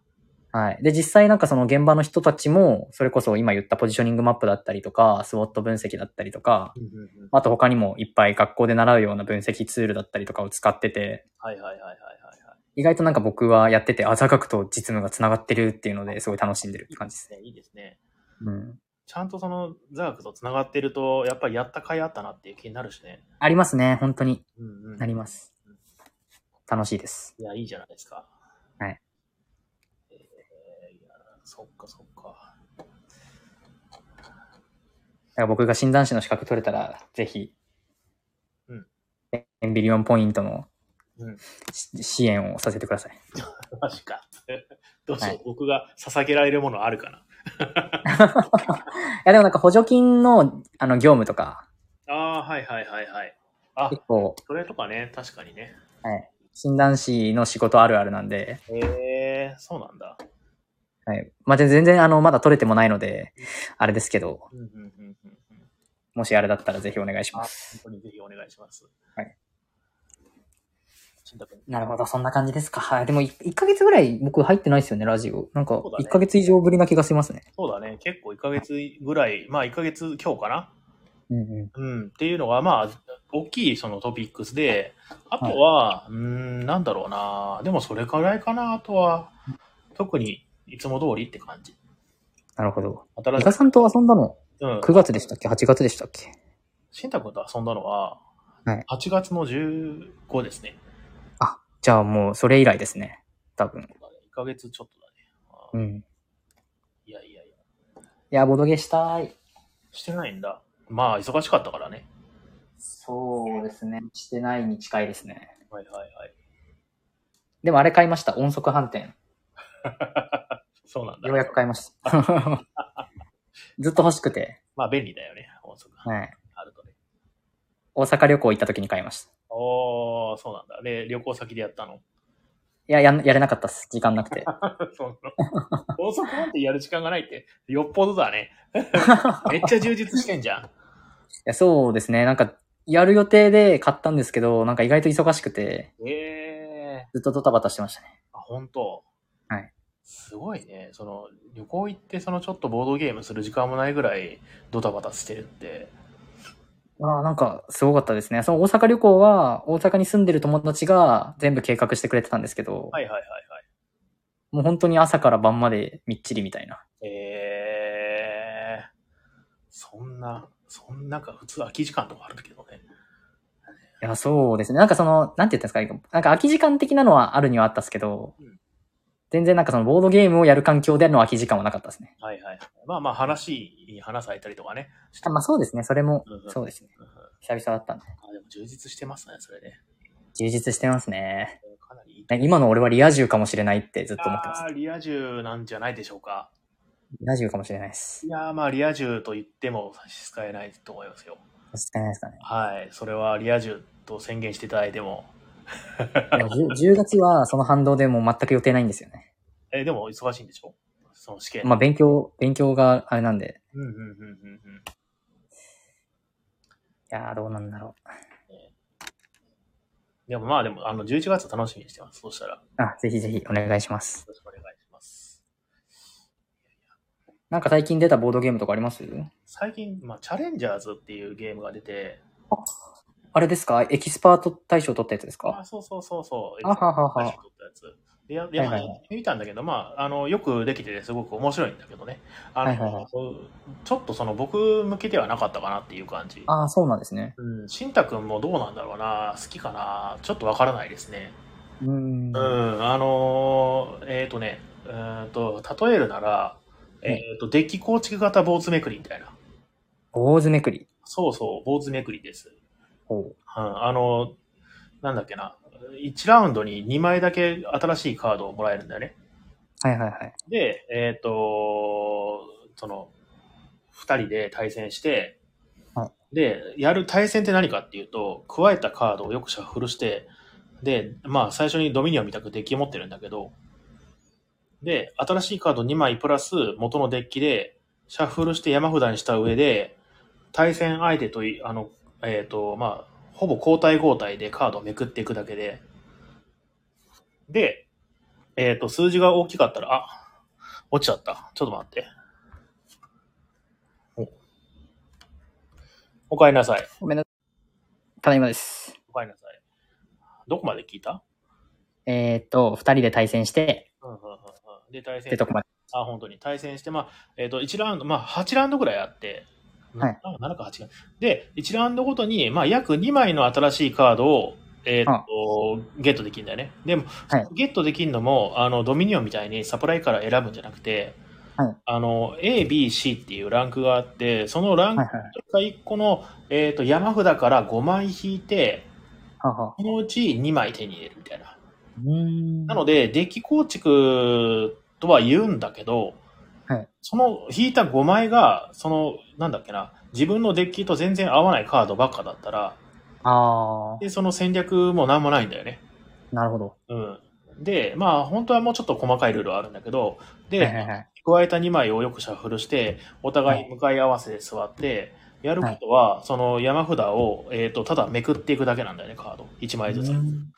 Speaker 2: はい。で、実際なんかその現場の人たちも、それこそ今言ったポジショニングマップだったりとか、スウォット分析だったりとか、
Speaker 1: うんうんうん
Speaker 2: あと他にもいっぱい学校で習うような分析ツールだったりとかを使ってて、
Speaker 1: はいはいはいはいはいは
Speaker 2: 意外となんか僕はやってて、あ、座学と実務が繋がってるっていうのですごい楽しんでるって
Speaker 1: い。
Speaker 2: 感じですね。
Speaker 1: いいですね。いいですね。
Speaker 2: うん。
Speaker 1: ちゃんとその座学と繋がってると、やっぱりやった甲斐あったなっていう気になるしね。
Speaker 2: ありますね。本当に
Speaker 1: うんうん。
Speaker 2: なります。楽しいです。
Speaker 1: いや、いいじゃないですか。
Speaker 2: はい。
Speaker 1: えー、いや、そっかそっか。
Speaker 2: だから僕が診断士の資格取れたら、ぜひ、
Speaker 1: うん
Speaker 2: エンビリオンポイントの
Speaker 1: うん
Speaker 2: し支援をさせてください。
Speaker 1: マジか。 どうしよう、
Speaker 2: はい
Speaker 1: 僕が捧げられるものあるか
Speaker 2: いや、でもなんか補助金の、あの、業務とか、
Speaker 1: な。ああー、はいはいはいはい。あ、
Speaker 2: 結構、
Speaker 1: それとかね、確かにね。
Speaker 2: 診断士の仕事あるあるなんで、
Speaker 1: へえー、そうなんだ。
Speaker 2: はい。まあ、で全然、あの、まだ取れてもないので、あれですけど、
Speaker 1: うんうんうんうんうん。
Speaker 2: もしあれだったらぜひお願いし
Speaker 1: あ、
Speaker 2: ま
Speaker 1: 本
Speaker 2: す。
Speaker 1: 当にぜひお願いします。
Speaker 2: はい。
Speaker 1: 慎太君
Speaker 2: なるほど、そんな感じですか。はい。でも、い1ヶ月ぐらい僕入ってないですよね、ラジオ。なんか、
Speaker 1: そうだね
Speaker 2: 1ヶ月以上ぶりな気がしますね。
Speaker 1: そうだね、結構1ヶ月ぐらい、まあ1ヶ月今日かな
Speaker 2: うんう
Speaker 1: うん、っていうのが、まあ、大きいそのトピックスで、あとは、うーん、なんだろうな、でもそれくらいかな、あとは、特にいつも通りって感じ。
Speaker 2: ん。なるほど。
Speaker 1: 新
Speaker 2: 伊
Speaker 1: しい
Speaker 2: 賀。さんと遊んだの、
Speaker 1: うん。
Speaker 2: 9月でしたっけ ?8 月でしたっけ
Speaker 1: 新太君と遊んだのは、
Speaker 2: はい
Speaker 1: 8月の15ですね。
Speaker 2: あ、じゃあもう、それ以来ですね。多分。
Speaker 1: 1ヶ月ちょっとだね。あー
Speaker 2: うん。
Speaker 1: いやいやいや。
Speaker 2: いや、ボドゲしたい。
Speaker 1: してないんだ。まあ、忙しかったからね。
Speaker 2: そうですね。してないに近いですね。
Speaker 1: はいはいはい。
Speaker 2: でもあれ買いました。音速反転。
Speaker 1: そうなんだ。
Speaker 2: ようやく買いました。 ずっと欲しくて。
Speaker 1: まあ、便利だよね。音速が
Speaker 2: はい。
Speaker 1: あるとね。
Speaker 2: 大阪旅行行った時に買いました。
Speaker 1: おー、そうなんだ。で、旅行先でやったの
Speaker 2: いや、やんやれなかったっす。時間なくて。
Speaker 1: その、高速なんてやる時間がないって、よっぽどだね。 めっちゃ充実してんじゃん。
Speaker 2: いや、そうですね。なんか、やる予定で買ったんですけど、なんか意外と忙しくて、
Speaker 1: ええ
Speaker 2: ずっとドタバタしてましたね。
Speaker 1: あ、本当
Speaker 2: はい。
Speaker 1: すごいね。その、旅行行って、そのちょっとボードゲームする時間もないぐらい、ドタバタしてるって。
Speaker 2: ああ、なんか、すごかったですね。その大阪旅行は、大阪に住んでる友達が全部計画してくれてたんですけど、
Speaker 1: はいはいはい
Speaker 2: もう本当に朝から晩までみっちりみたいな。
Speaker 1: はい。ええそんな、そんなんか普通空き時間とかあるけどね。
Speaker 2: いや、そうですね。なんかその、なんて言ったんですか、なんか空き時間的なのはあるにはあったんですけど、
Speaker 1: うん
Speaker 2: 全然なんかそのボードゲームをやる環境での空き時間はなかったですね。
Speaker 1: はいはい。まあまあ話に花咲いたりとかね。して
Speaker 2: あまあそうですね。それも
Speaker 1: うんう、ん
Speaker 2: そうですね。
Speaker 1: うんうんあ、
Speaker 2: 久々だったんで。
Speaker 1: でも充実してますね、それね。
Speaker 2: 充実してますね。
Speaker 1: かなりいい
Speaker 2: ね今の俺はリア充かもしれないってずっと思ってます
Speaker 1: あ。ーリア充なんじゃないでしょうか。
Speaker 2: リア充かもしれないです
Speaker 1: い。やーまあリア充と言っても差し支えないと思いますよ。
Speaker 2: 差し支えないですかね。
Speaker 1: はい、それはリア充と宣言していただいても、
Speaker 2: でも 10, 10月はその反動でもう全く予定ないんですよね。
Speaker 1: えでも忙しいんでしょその試験。
Speaker 2: まあ勉強、勉強があれなんで。
Speaker 1: うんうんうんうんうん。
Speaker 2: いやーどうなんだろ
Speaker 1: でもまあでもあの11月楽しみにしてます。そうしたらよ
Speaker 2: う。あ、ぜひぜひお願いします。
Speaker 1: ろしくお願いします。
Speaker 2: なんか最近出たボードゲームとかあります
Speaker 1: 最近、まあ、チャレンジャーズっていうゲームが出て、
Speaker 2: あれですかエキスパート大賞取ったやつです
Speaker 1: あ
Speaker 2: か
Speaker 1: そうそうそうそう。
Speaker 2: あははは
Speaker 1: 最初撮ったやつ。でや、や
Speaker 2: はいはいはい
Speaker 1: やってみたんだけど、まあ、あの、よくできててすごく面白いんだけどね。あの、
Speaker 2: はいはいはい
Speaker 1: そうちょっとその僕向けではなかったかなっていう感じ。
Speaker 2: ああ、そうなんですね。
Speaker 1: うん、しんたくんもどうなんだろうな、好きかな、ちょっとわからないですね。
Speaker 2: うーん。
Speaker 1: う
Speaker 2: は
Speaker 1: ん、あのーえっ、とね、うーんと、例えるなら、えっ、と、デッキ構築型坊主めくりみたいな。
Speaker 2: 坊主めくり。
Speaker 1: そうそう、坊主めくりです。う
Speaker 2: ほ
Speaker 1: ん、あの、なんだっけな、1ラウンドに2枚だけ新しいカードをもらえるんだよね。
Speaker 2: う。はいはいはい。
Speaker 1: で、えっ、と、その、二人で対戦して、
Speaker 2: は
Speaker 1: で、やる対戦って何かっていうと、加えたカードをよくシャッフルして、で、まあ最初にドミニオンみたくデッキ持ってるんだけど、で、新しいカード2枚プラス元のデッキで、シャッフルして山札にした上で、対戦相手とい、あの、えっ、と、まあ、ほぼ交代交代でカードをめくっていくだけで、で、えっ、と、数字が大きかったら、あ、落ちちゃった。ちょっと待って。おおかえりなさい。
Speaker 2: ごめんなただいまです。
Speaker 1: おかえりなさい。どこまで聞いた
Speaker 2: えーっと、二人で対戦して、
Speaker 1: うんうんうんうん。で、対
Speaker 2: っ
Speaker 1: 戦
Speaker 2: てとこまで。
Speaker 1: あ、本当に。対戦して、まあ、えっ、と、1ラウンド、まあ、8ラウンドぐらいあって、
Speaker 2: はい
Speaker 1: な7か8か。で、1ラウンドごとに、まあ、約2枚の新しいカードを、えっ、と、ゲットできるんだよね。でも、
Speaker 2: はい
Speaker 1: ゲットできるのも、あの、ドミニオンみたいにサプライから選ぶんじゃなくて、
Speaker 2: はい
Speaker 1: あの、A、B、C っていうランクがあって、そのラン
Speaker 2: はいはい
Speaker 1: クが1個の、えっ、と、山札から5枚引いて、
Speaker 2: はあはあ
Speaker 1: そのうち2枚手に入れるみたいな。
Speaker 2: うーん。
Speaker 1: なので、デッキ構築とは言うんだけど、
Speaker 2: はい
Speaker 1: その引いた5枚が、その、なんだっけな、自分のデッキと全然合わないカードばっかだったら、
Speaker 2: あ
Speaker 1: で、その戦略もなんもないんだよね。
Speaker 2: あ、なるほど。
Speaker 1: うん。で、まあ、本当はもうちょっと細かいルールはあるんだけど、
Speaker 2: はいはい
Speaker 1: で、
Speaker 2: はい。
Speaker 1: 加えた2枚をよくシャッフルして、お互い向かい合わせで座って、やることは、その山札を、えっ、と、ただめくっていくだけなんだよね、カード。1枚ずつ
Speaker 2: う。ん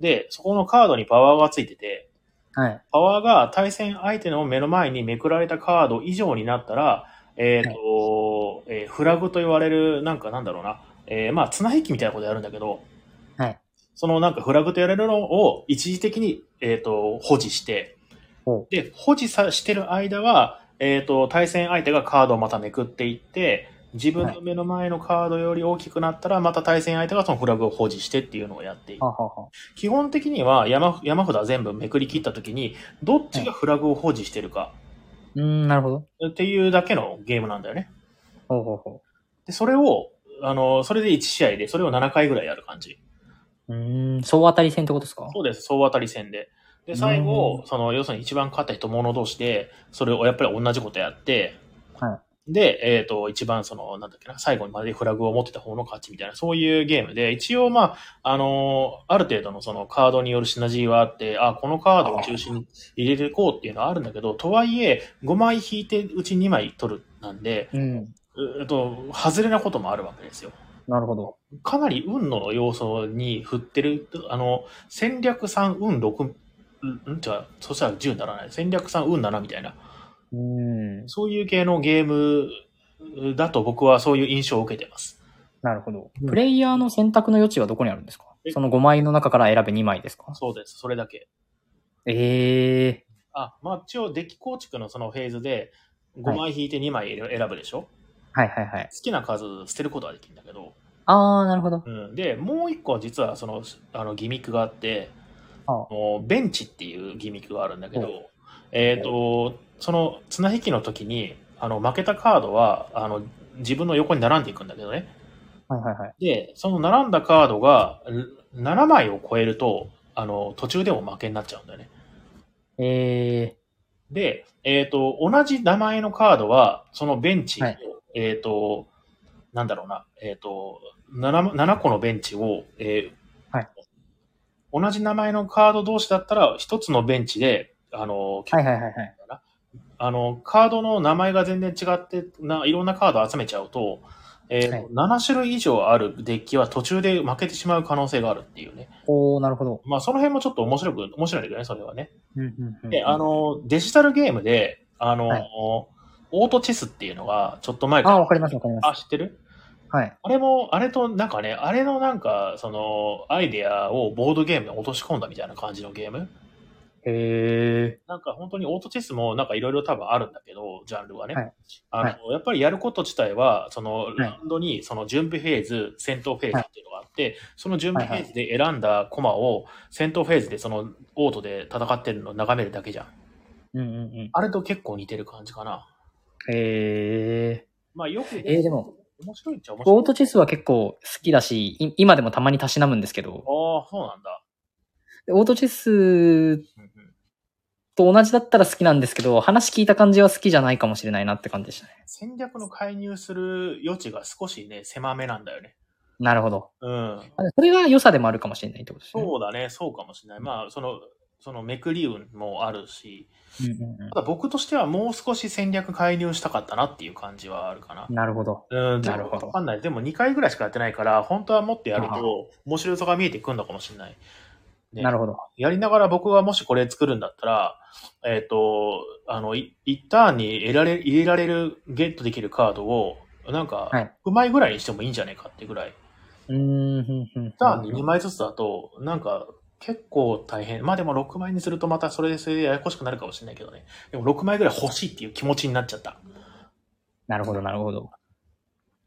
Speaker 1: で、そこのカードにパワーがついてて、
Speaker 2: はい。
Speaker 1: パワーが対戦相手の目の前にめくられたカード以上になったら、えっ、と、えーフラグと言われる、なんかなんだろうな、えーまあ、綱引きみたいなことやるんだけど、
Speaker 2: はい
Speaker 1: そのなんかフラグと言われるのを一時的に、えっ、と、保持して
Speaker 2: ほ、
Speaker 1: で、保持さしてる間は、えっ、と、対戦相手がカードをまためくっていって、自分の目の前のカードより大きくなったら、また対戦相手がそのフラグを保持してっていうのをやっていて
Speaker 2: はあ、はあは
Speaker 1: 基本的には山山札全部めくり切った時にどっちがフラグを保持してるか
Speaker 2: あ。うーん、なるほど。
Speaker 1: っていうだけのゲームなんだよね。
Speaker 2: ほうほうほ
Speaker 1: でそれをあのそれで1試合でそれを7回ぐらいやる感じ。
Speaker 2: う。うーん、総当たり戦ってことですか
Speaker 1: そうです総当たり戦で。で最後その要するに一番勝った人者同士でそれをやっぱり同じことやって、
Speaker 2: は
Speaker 1: で、えっと一番そのなんだっけな最後までフラグを持ってた方の勝ちみたいなそういうゲームで一応まああのある程度のそのカードによるシナジーはあってあこのカードを中心に入れていこうっていうのはあるんだけど、とはいえ、5枚引いてうち2枚取るなんで、
Speaker 2: うん。
Speaker 1: うえっと、外れなこともあるわけですよ。
Speaker 2: なるほど。
Speaker 1: かなり運の要素に振ってる、あの、戦略3、運6、うん、違う、そしたら10にならない。戦略3、運7みたいな。
Speaker 2: うーん。
Speaker 1: そういう系のゲームだと僕はそういう印象を受けてます。
Speaker 2: なるほど
Speaker 1: うん。
Speaker 2: プレイヤーの選択の余地はどこにあるんですか
Speaker 1: え
Speaker 2: その5枚の中から選べ2枚ですか
Speaker 1: そうです。それだけ。
Speaker 2: ええ
Speaker 1: あ、まあ、一応、デッキ構築のそのフェーズで、5枚引いて2枚選ぶでしょ、
Speaker 2: はいはいはい。
Speaker 1: 好きな数捨てることはできるんだけど、
Speaker 2: あー、なるほど。
Speaker 1: うん、でもう一個は実はそのあのギミックがあって
Speaker 2: あ
Speaker 1: もうベンチっていうギミックがあるんだけど、
Speaker 2: お
Speaker 1: えっ、とその綱引きの時にあの負けたカードはあの自分の横に並んでいくんだけどね
Speaker 2: はいはいはい。
Speaker 1: でその並んだカードがん7枚を超えるとあの途中でも負けになっちゃうんだよね
Speaker 2: え
Speaker 1: で、えっと同じ名前のカードはそのベンチを、
Speaker 2: はい
Speaker 1: えっ、となんだろうな、えっと 7, 7個のベンチを、えー
Speaker 2: はい
Speaker 1: 同じ名前のカード同士だったら1つのベンチであの、
Speaker 2: ー、はいはいはいはい。
Speaker 1: あのカードの名前が全然違ってないろんなカード集めちゃうと,、えーと
Speaker 2: はい
Speaker 1: 7種類以上あるデッキは途中で負けてしまう可能性があるっていうね、
Speaker 2: おー、なるほど。
Speaker 1: まあ、その辺もちょっと面白く面白いんだけどねそれはね
Speaker 2: うんうんうん
Speaker 1: で、あ、の、デジタルゲームで、あの、
Speaker 2: はい
Speaker 1: オートチェスっていうのが、ちょっと前
Speaker 2: あー、わかりますわかります。
Speaker 1: あ、知ってる
Speaker 2: はい。
Speaker 1: あれも、あれと、なんかね、あれのなんか、その、アイデアをボードゲームに落とし込んだみたいな感じのゲーム
Speaker 2: え
Speaker 1: なんか本当にオートチェスもなんかいろいろ多分あるんだけど、ジャンルはね。
Speaker 2: はい
Speaker 1: あの、
Speaker 2: は
Speaker 1: やっぱりやること自体は、その、
Speaker 2: い
Speaker 1: ラウンドにその準備フェーズ、戦闘フェーズっていうのがあって、その準備フェーズで選んだコマを、戦闘フェーズでその、オートで戦ってるのを眺めるだけじゃん。
Speaker 2: ー、うんうんうん。
Speaker 1: あれと結構似てる感じかな。
Speaker 2: え
Speaker 1: まあよく、え
Speaker 2: ー、えー、でも、
Speaker 1: 面白いっちゃ面白い。
Speaker 2: オートチェスは結構好きだし、い今でもたまにたしなむんですけど、
Speaker 1: ああ、そうなんだ。
Speaker 2: オートチェス
Speaker 1: うんうん
Speaker 2: と同じだったら好きなんですけど、話聞いた感じは好きじゃないかもしれないなって感じでしたね。
Speaker 1: 戦略の介入する余地が少しね、狭めなんだよね。
Speaker 2: なるほど。
Speaker 1: うん。
Speaker 2: あそれが良さでもあるかもしれないってことですね。
Speaker 1: そうだね、そうかもしれない。まあ、その、そのめくり運もあるし、
Speaker 2: うんうん
Speaker 1: ただ僕としてはもう少し戦略介入したかったなっていう感じはあるかな
Speaker 2: うん。。なるほど。
Speaker 1: うん、でも
Speaker 2: なるほど
Speaker 1: わかんない。でも2回ぐらいしかやってないから、本当はもっとやる
Speaker 2: ああ
Speaker 1: と面白さが見えてくるのかもしれない。ね
Speaker 2: なるほど。
Speaker 1: やりながら僕がもしこれ作るんだったら、えっ、と、あの、い一ターンに得られ、入れられる、ゲットできるカードを、なんか
Speaker 2: はい、
Speaker 1: 6枚ぐらいにしてもいいんじゃないかってぐらい。
Speaker 2: うーん、ふんふんふん。
Speaker 1: ターンに2枚ずつだと、なんか、結構大変。まあでも6枚にするとまたそれでそれでややこしくなるかもしれないけどね。でも6枚ぐらい欲しいっていう気持ちになっちゃった。
Speaker 2: なるほど、なるほど。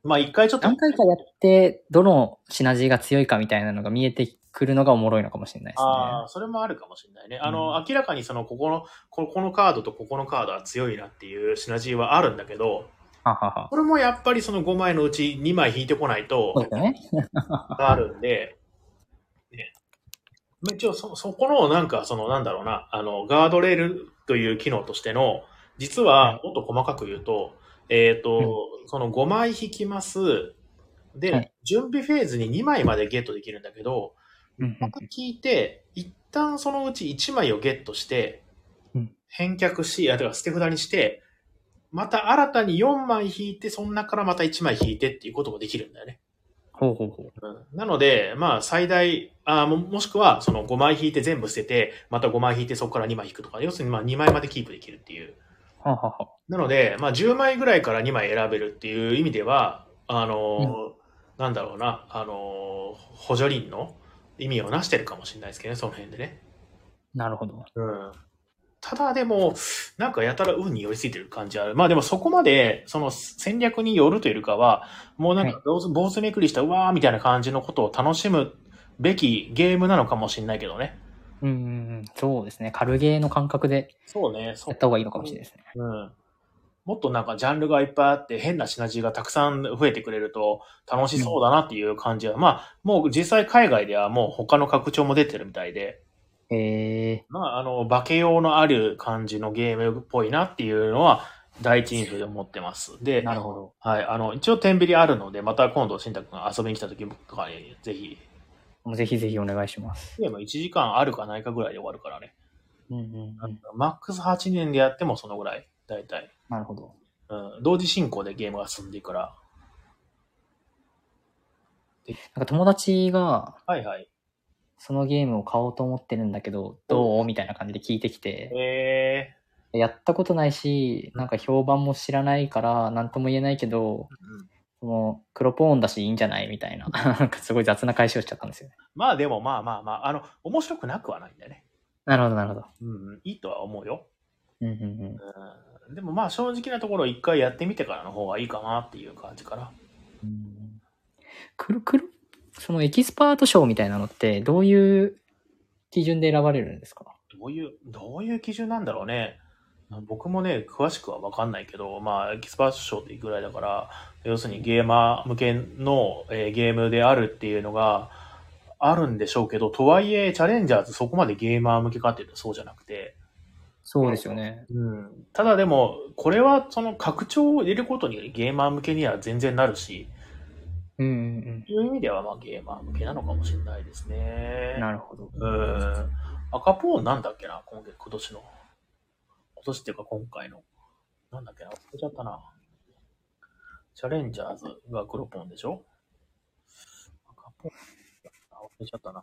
Speaker 1: まあ一回ちょっと
Speaker 2: 何、回かやって、どのシナジーが強いかみたいなのが見えてくるのがおもろいのかもしれないですね。
Speaker 1: ああ、それもあるかもしれないね。あの、
Speaker 2: う
Speaker 1: 明らかにその、ここの、ここのカードとここのカードは強いなっていうシナジーはあるんだけど、
Speaker 2: ははは。
Speaker 1: これもやっぱりその5枚のうち2枚引いてこないと
Speaker 2: そう、ですよね。
Speaker 1: があるんで、ね、一応そ、そこのなんか、そのなんだろうな、あの、ガードレールという機能としての、実はもっと細かく言うと、えっ、と、その5枚引きます。で、
Speaker 2: はい
Speaker 1: 準備フェーズに2枚までゲットできるんだけど、
Speaker 2: うんうん
Speaker 1: 聞いて、一旦そのうち1枚をゲットして
Speaker 2: うん、
Speaker 1: 返却し、あ、てか捨て札にして、また新たに4枚引いて、その中からまた1枚引いてっていうこともできるんだよね。
Speaker 2: ほうほうほう。
Speaker 1: うんなので、まあ、最大、あももしくは、その5枚引いて全部捨てて、また5枚引いてそこから2枚引くとか、要するにまあ2枚までキープできるっていう。
Speaker 2: ははは。
Speaker 1: なので、まあ、10枚ぐらいから2枚選べるっていう意味では、あのーなんだろうな、あのー補助輪の意味をなしてるかもしれないですけどね、その辺でね。
Speaker 2: なるほど。
Speaker 1: うん。ただでも、なんかやたら運に寄りついてる感じある。まあでもそこまで、その戦略によるというよりかは、もうなん
Speaker 2: は
Speaker 1: か坊主、坊主めくりした、うわーみたいな感じのことを楽しむべきゲームなのかもしれないけどね。
Speaker 2: うんうんうん。そうですね。軽ゲーの感覚で
Speaker 1: そうね、そう
Speaker 2: やっ。た方がいいのかもしれないですね。
Speaker 1: うん。もっとなんかジャンルがいっぱいあって変なシナジーがたくさん増えてくれると楽しそうだなっていう感じは、まあもう実際海外ではもう他の拡張も出てるみたいで、
Speaker 2: へえ
Speaker 1: まあ、あの、化け用のある感じのゲームっぽいなっていうのは、第一印象で思ってます。で、
Speaker 2: ー。なるほど。
Speaker 1: はい、あの、一応、天秤あるので、また今度、新宅が遊びに来た時とかに、ぜひ、
Speaker 2: もうぜひぜひお願いします。
Speaker 1: ゲーム1時間あるかないかぐらいで終わるからね。
Speaker 2: うんうんうん。
Speaker 1: マックス8年でやってもそのぐらい、大体。
Speaker 2: なるほど。
Speaker 1: うん、同時進行でゲームが進んでいくから。
Speaker 2: なんか友達が、
Speaker 1: はいはい。
Speaker 2: そのゲームを買おうと思ってるんだけど、どうみたいな感じで聞いてきて、
Speaker 1: え
Speaker 2: やったことないし、なんか評判も知らないから、なんとも言えないけど、
Speaker 1: ーうん
Speaker 2: その、黒ポーンだしいいんじゃないみたいな、なんかすごい雑な返しをしちゃったんですよね。
Speaker 1: まあでも、まあまあまあ、あの、面白くなくはないんだよね。
Speaker 2: なるほど、なるほど。
Speaker 1: うん、いいとは思うよ。
Speaker 2: うんうんうん。
Speaker 1: うんでもまあ正直なところ一回やってみてからの方がいいかなっていう感じかな。
Speaker 2: うん黒、黒、そのエキスパート賞みたいなのって、どういう基準で選ばれるんですか
Speaker 1: どういう、どういう基準なんだろうね。僕もね、詳しくは分かんないけど、まあ、エキスパート賞っていうぐらいだから、要するにゲーマー向けの、えーゲームであるっていうのがあるんでしょうけど、とはいえ、チャレンジャーズそこまでゲーマー向けかっていうとそうじゃなくて、
Speaker 2: そうですよね。
Speaker 1: うん、ただでも、これはその拡張を入れることによりゲーマー向けには全然なるし、
Speaker 2: うんうん
Speaker 1: いう意味ではまあゲーマー向けなのかもしれないですね
Speaker 2: うん。。なるほど。
Speaker 1: うん。赤ポーンなんだっけな、今月、今年の。今年っていうか今回の。なんだっけな、忘れちゃったな。チャレンジャーズが黒ポーンでしょ赤ポーン。あ忘れちゃったな。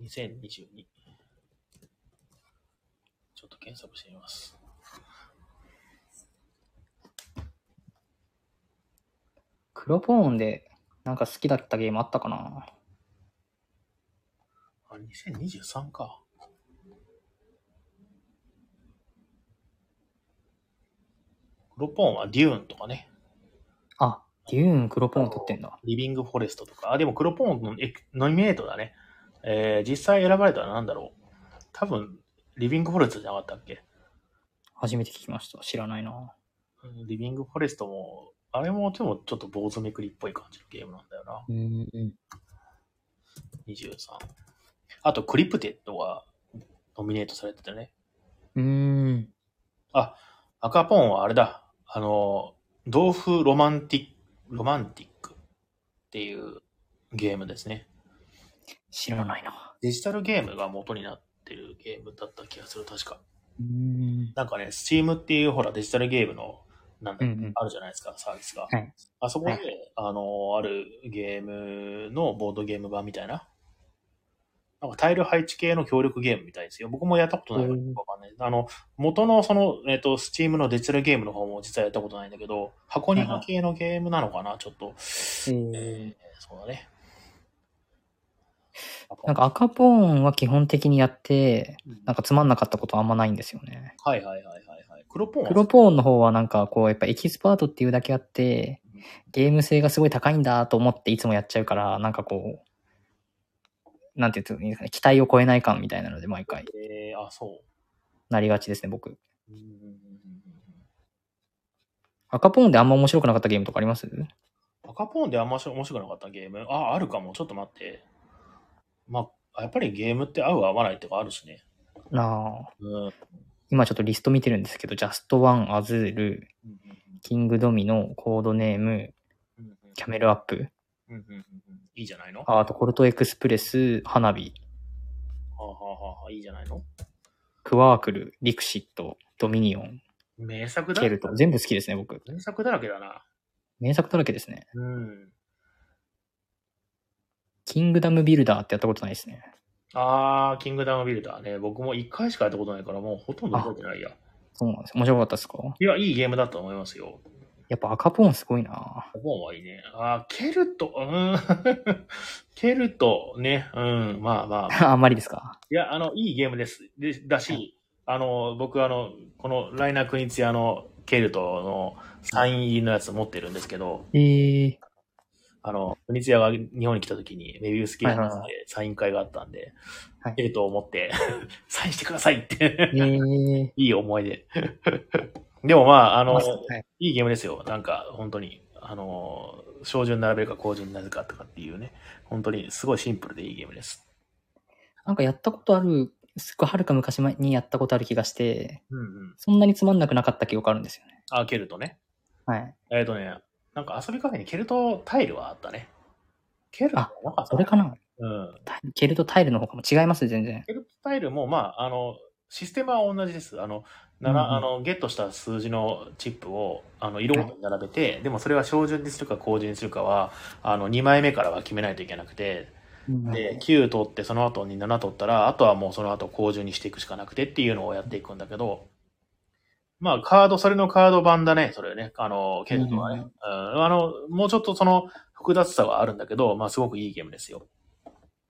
Speaker 1: 2022。ちょっと検索してみます。
Speaker 2: 黒ポーンで、なんか好きだったゲームあったかな
Speaker 1: あ、2023か。ロポンはデューンとかね。
Speaker 2: あ、デューン黒ポーン取ってんだ。
Speaker 1: リビングフォレストとか。あ、でも黒ポーンのえノミネートだね。えー、実際選ばれたらなんだろう。多分、リビングフォレストじゃなかったっけ
Speaker 2: 初めて聞きました。知らないな。
Speaker 1: うんリビングフォレストも、あれもでもちょっと坊主めくりっぽい感じのゲームなんだよな。
Speaker 2: うんうん。
Speaker 1: 23。あと、クリプテッドがノミネートされてたね。
Speaker 2: うん。
Speaker 1: 赤ポンはあれだ。あの、豆腐ロマンティック、ロマンティックっていうゲームですね。
Speaker 2: 知らないな。
Speaker 1: デジタルゲームが元になってるゲームだった気がする、確か。
Speaker 2: うん。
Speaker 1: なんかね、Steam っていうほらデジタルゲームのなん
Speaker 2: う
Speaker 1: だ
Speaker 2: んうん。
Speaker 1: あるじゃないですか、サービスが。
Speaker 2: はい
Speaker 1: あそこで、
Speaker 2: は
Speaker 1: あの、あるゲームのボードゲーム版みたいな。なんかタイル配置系の協力ゲームみたいですよ。僕もやったことないから
Speaker 2: うん
Speaker 1: よくわかんない。あの、元のその、えっ、と、スチームのデジタルゲームの方も実はやったことないんだけど、箱庭系のゲームなのかな、ちょっと。えー、そうだね。
Speaker 2: なんか赤ポーンは基本的にやって、
Speaker 1: うん
Speaker 2: なんかつまんなかったことはあんまないんですよね。
Speaker 1: はいはいはいはいはい。黒ポーンは
Speaker 2: 黒ポーンの方はなんかこうやっぱエキスパートっていうだけあって、ゲーム性がすごい高いんだと思っていつもやっちゃうから、なんかこう、なんていうんですかね、期待を超えない感みたいなので毎回
Speaker 1: えー、あ、そ
Speaker 2: なりがちですね、僕。
Speaker 1: う。うんうんうんうん
Speaker 2: 赤ポーンであんま面白くなかったゲームとかあります
Speaker 1: うん赤ポーンであんまし面白くなかったゲームあ、あるかも。ちょっと待って。まあ、やっぱりゲームって合う合わないとかあるしね。
Speaker 2: なあ。
Speaker 1: うん。うん
Speaker 2: 今ちょっとリスト見てるんですけど、ジャストワン、アズール、
Speaker 1: うん
Speaker 2: キングドミノ、コードネーム、
Speaker 1: うんうん
Speaker 2: キャメルアップ、
Speaker 1: うんうんうんうんいいじゃないのは
Speaker 2: ああとコルトエクスプレス、花火、
Speaker 1: あはあはあはあ、いいじゃないの
Speaker 2: クワークル、リクシット、ドミニオン、
Speaker 1: 名作だ
Speaker 2: ケルト。全部好きですね、僕。
Speaker 1: 名作だらけだな。
Speaker 2: 名作だらけですね。
Speaker 1: うん。
Speaker 2: キングダムビルダーってやったことないですね。
Speaker 1: あー、キングダムビルダーね。僕も一回しかやったことないから、もうほとんど覚えてないや。
Speaker 2: そうなんです。面白かったですか
Speaker 1: いや、いいゲームだと思いますよ。
Speaker 2: やっぱ赤ポーンすごいな
Speaker 1: ボーンはいいね。あー、ケルト、うーん。 ケルト、ね、うん、まあまあ。
Speaker 2: ああんまりですか
Speaker 1: いや、あの、いいゲームです。でだし、あの、僕、あの、この、ライナー・クニツヤのケルトのサイン入りのやつ持ってるんですけど、
Speaker 2: ええ
Speaker 1: あの、クニツヤが日本に来た時に、メビウスゲー
Speaker 2: はい
Speaker 1: ム
Speaker 2: はいは
Speaker 1: でサイン会があったんで、
Speaker 2: はい
Speaker 1: ケルトを持って、 サインしてくださいって、
Speaker 2: ええ
Speaker 1: いい思い出。 でもまあ、あ
Speaker 2: ー。
Speaker 1: の、
Speaker 2: はい
Speaker 1: いいゲームですよ。なんか、本当に、あのー、照準並べるか後順になるかとかっていうね、本当にすごいシンプルでいいゲームです。
Speaker 2: なんかやったことある、すっごいはるか昔前にやったことある気がして、
Speaker 1: うんうん。
Speaker 2: そんなにつまんなくなかった記憶あるんですよね。
Speaker 1: あ、ケルトね。
Speaker 2: はい。
Speaker 1: えっ、とね、なんか遊びカフェにケルトタイルはあったね。ケルトな
Speaker 2: あ
Speaker 1: かった
Speaker 2: それかな
Speaker 1: うん。
Speaker 2: タイケルトタイルの方かも違います、全然。
Speaker 1: ケルトタイルも、まあ、あの、システムは同じです。あの、な
Speaker 2: うんうん
Speaker 1: らあのゲットした数字のチップをあの色ごとに並べて、でもそれは照準にするか後順にするかは、あの2枚目からは決めないといけなくて、で9取ってその後に7取ったらあとはもうその後高順にしていくしかなくてっていうのをやっていくんだけどまあカードそれのカード版だねそれねあのケルトはね、うんあのもうちょっとその複雑さはあるんだけどまあすごくいいゲームですよ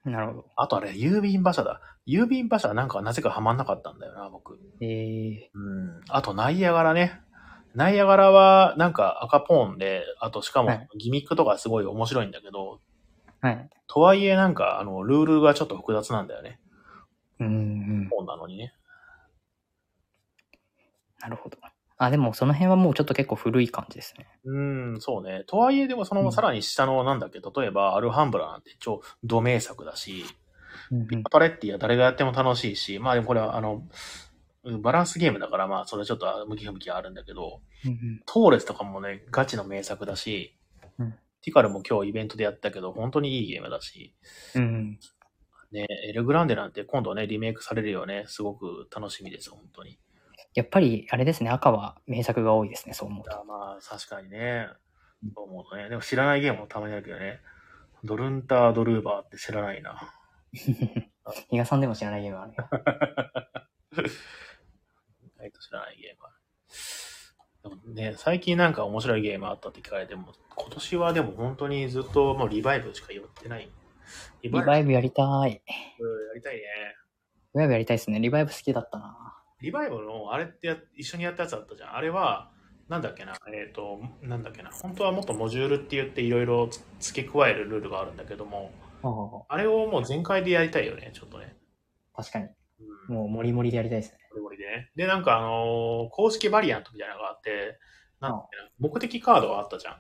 Speaker 2: なるほど。
Speaker 1: あとあれ郵便馬車だ郵便馬車なんかはなぜかハマんなかったんだよな僕
Speaker 2: ええ
Speaker 1: うんあとナイアガラねナイアガラはなんか赤ポーンであとしか
Speaker 2: は
Speaker 1: も
Speaker 2: い
Speaker 1: ギミックとかすごい面白いんだけど、
Speaker 2: はい。
Speaker 1: とはいえなんかあのルールがちょっと複雑なんだよね
Speaker 2: うんうん。
Speaker 1: 本なのにね
Speaker 2: なるほど。あ、でもその辺はもうちょっと結構古い感じですね。
Speaker 1: うん、そうね。とはいえ、でもそうの、
Speaker 2: ん
Speaker 1: さらに下の、なんだっけ、例えば、アルハンブラなんて超土名作だし、
Speaker 2: うんうん
Speaker 1: パレッティは誰がやっても楽しいし、まあでもこれは、あの、うんバランスゲームだから、まあ、それちょっと向き不向きはあるんだけど、
Speaker 2: うん
Speaker 1: トーレスとかもね、ガチの名作だし、
Speaker 2: うん
Speaker 1: ティカルも今日イベントでやったけど、本当にいいゲームだし、
Speaker 2: うんうん。
Speaker 1: ね、エルグランデなんて今度ね、リメイクされるよね、すごく楽しみです、本当に。
Speaker 2: やっぱり、あれですね、赤は名作が多いですね、そう思う
Speaker 1: い
Speaker 2: と。
Speaker 1: やまあ、確かにね。そう思うとね。でも知らないゲームもたまにあるけどね。ドルンター・ドルーバーって知らないな。
Speaker 2: 比嘉さんでも知らないゲームあるよ。
Speaker 1: えっと、知らないゲームは。でもね、最近なんか面白いゲームあったって聞かれても、今年はでも本当にずっともうリバイブしか言ってない。リ
Speaker 2: リ
Speaker 1: や
Speaker 2: バイブやりたい。リ
Speaker 1: りたいね。
Speaker 2: バイブやりたいですね。リバイブ好きだったな。
Speaker 1: リバイブの、あれってや一緒にやったやつあったじゃん。あれは、なんだっけな、えっ、と、なんだっけな、本当はもっとモジュールって言っていろいろ付け加えるルールがあるんだけども、あれをもう全開でやりたいよね、ちょっとね。
Speaker 2: 確かに。
Speaker 1: うん、
Speaker 2: もう、モリモリでやりたいですね。
Speaker 1: これこれでね。で、なんかあのー公式バリアントみたいなのがあって、なんだっけな目的カードがあったじゃん。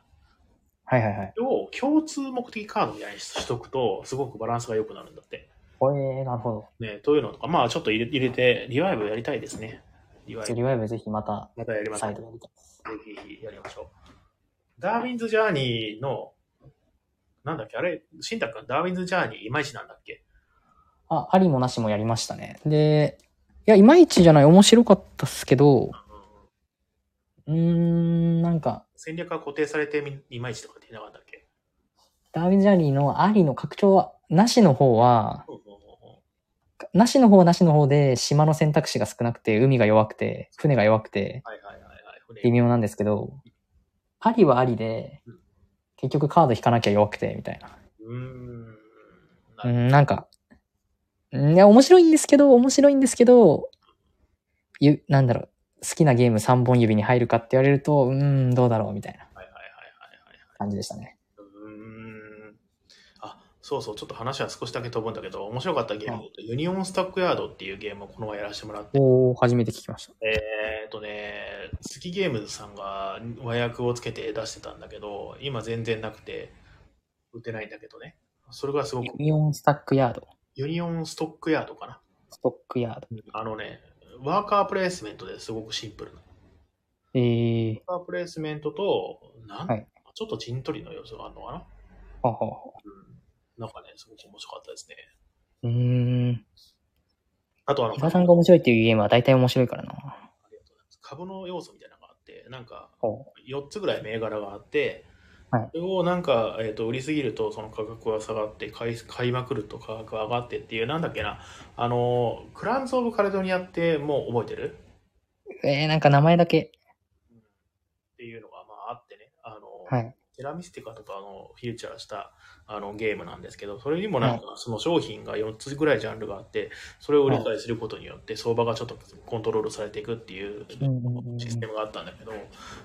Speaker 2: はいはいはい。
Speaker 1: それを共通目的カードみたいにしとくと、すごくバランスが良くなるんだって。
Speaker 2: これ、なるほ
Speaker 1: ね、というのとか、まあちょっと入れ入れて、リバイブやりたいですね。リバイ
Speaker 2: ど。
Speaker 1: ブ。
Speaker 2: リバイブぜひまた、
Speaker 1: またやりましょ
Speaker 2: サ
Speaker 1: う。
Speaker 2: イド
Speaker 1: ぜ
Speaker 2: でやりたいです。
Speaker 1: ひぜひやりましょう。ダーウィンズ・ジャーニーの、なんだっけ、あれ、シンタ君、ダーウィンズ・ジャーニーいまいちなんだっけ
Speaker 2: あ、ありもなしもやりましたね。で、いや、いまいちじゃない、面白かったっすけど、うーん、なんか、
Speaker 1: 戦略が固定されてみいまいちとかって言いなかったっけ
Speaker 2: ダーウィン・ジャーニーのアリの拡張は、なしの方は、
Speaker 1: うんうんうん
Speaker 2: なしの方はなしの方で、島の選択肢が少なくて、海が弱くて、船が弱くて、
Speaker 1: はいはいはいはい。船
Speaker 2: 微妙なんですけど、アリはアリで
Speaker 1: うん、
Speaker 2: 結局カード引かなきゃ弱くて、みたいな。
Speaker 1: うーん。な
Speaker 2: う
Speaker 1: る
Speaker 2: ん、なんか、うんいや、面白いんですけど、面白いんですけど、ゆ、なんだろう、好きなゲーム3本指に入るかって言われると、うーん、どうだろう、みたいな
Speaker 1: ほどはいはいは
Speaker 2: 感じでしたね。
Speaker 1: いはいはいはい。うーん。あ、そうそう、ちょっと話は少しだけ飛ぶんだけど、面白かったゲーム、ユニオンスタックヤードっていうゲームをこの前やらせてもらって、
Speaker 2: おー、初めて聞きました。
Speaker 1: えーっとね、月ゲームズさんが和訳をつけて出してたんだけど、今全然なくて、売ってないんだけどね。それがすごく、
Speaker 2: ユニオンスタックヤード、
Speaker 1: ユニオンストックヤードかな。
Speaker 2: ストックヤード。
Speaker 1: あのね、ワーカープレイスメントですごくシンプルな。
Speaker 2: えー、
Speaker 1: ワーカープレイスメントと、なん、
Speaker 2: はい
Speaker 1: ちょっと陣取りの要素があるのかな、
Speaker 2: ほうほうほ
Speaker 1: うん、なんかね、すごく面白かったですね。
Speaker 2: う。うーん。
Speaker 1: あとあの、
Speaker 2: 伊庭さんが面白いっていうゲームは大体面白いからな。
Speaker 1: ありがとうございます株の要素みたいなのがあって、なんか、
Speaker 2: ほ
Speaker 1: 4つぐらい銘柄があって、
Speaker 2: はい
Speaker 1: それをなんか、えー、と売りすぎるとその価格は下がって買い買いまくると価格が上がってっていうなんだっけなあのークランズ・オブ・カレドニアってもう覚えてる
Speaker 2: う。えー、なんか名前だけ。
Speaker 1: うんっていうのがまああってねあのー、
Speaker 2: はい。
Speaker 1: テラミスティカとかのフィーチャーしたあのゲームなんですけどそれにもなんかその商品が4つぐらいジャンルがあってそれを売り買いすることによって相場がちょっとコントロールされていくっていう
Speaker 2: うんうんうんうん
Speaker 1: システムがあったんだけど、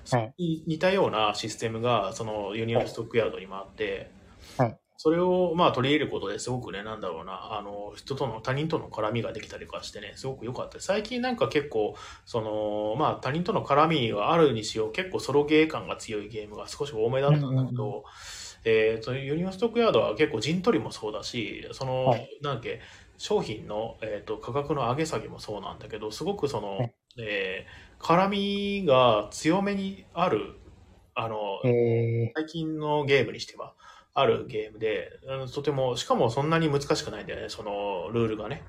Speaker 1: そう似たようなシステムがそのユニオンストックヤードにもあって、
Speaker 2: はい
Speaker 1: それをまあ取り入れることですごくねなんだろうなあの人との他人との絡みができたりとかしてねすごく良かった最近なんか結構そのまあ他人との絡みがあるにしよう結構ソロゲー感が強いゲームが少し多めだったんだけど、
Speaker 2: うん
Speaker 1: えーとユニオンストックヤードは結構陣取りもそうだしその、
Speaker 2: はい
Speaker 1: なんだっけ商品の、えー、と価格の上げ下げもそうなんだけどすごくその、
Speaker 2: はい
Speaker 1: えー絡みが強めにあるあの、
Speaker 2: え
Speaker 1: 最近のゲームにしてはあるゲームであのとてもしかもそんなに難しくないんだよねそのルールがね。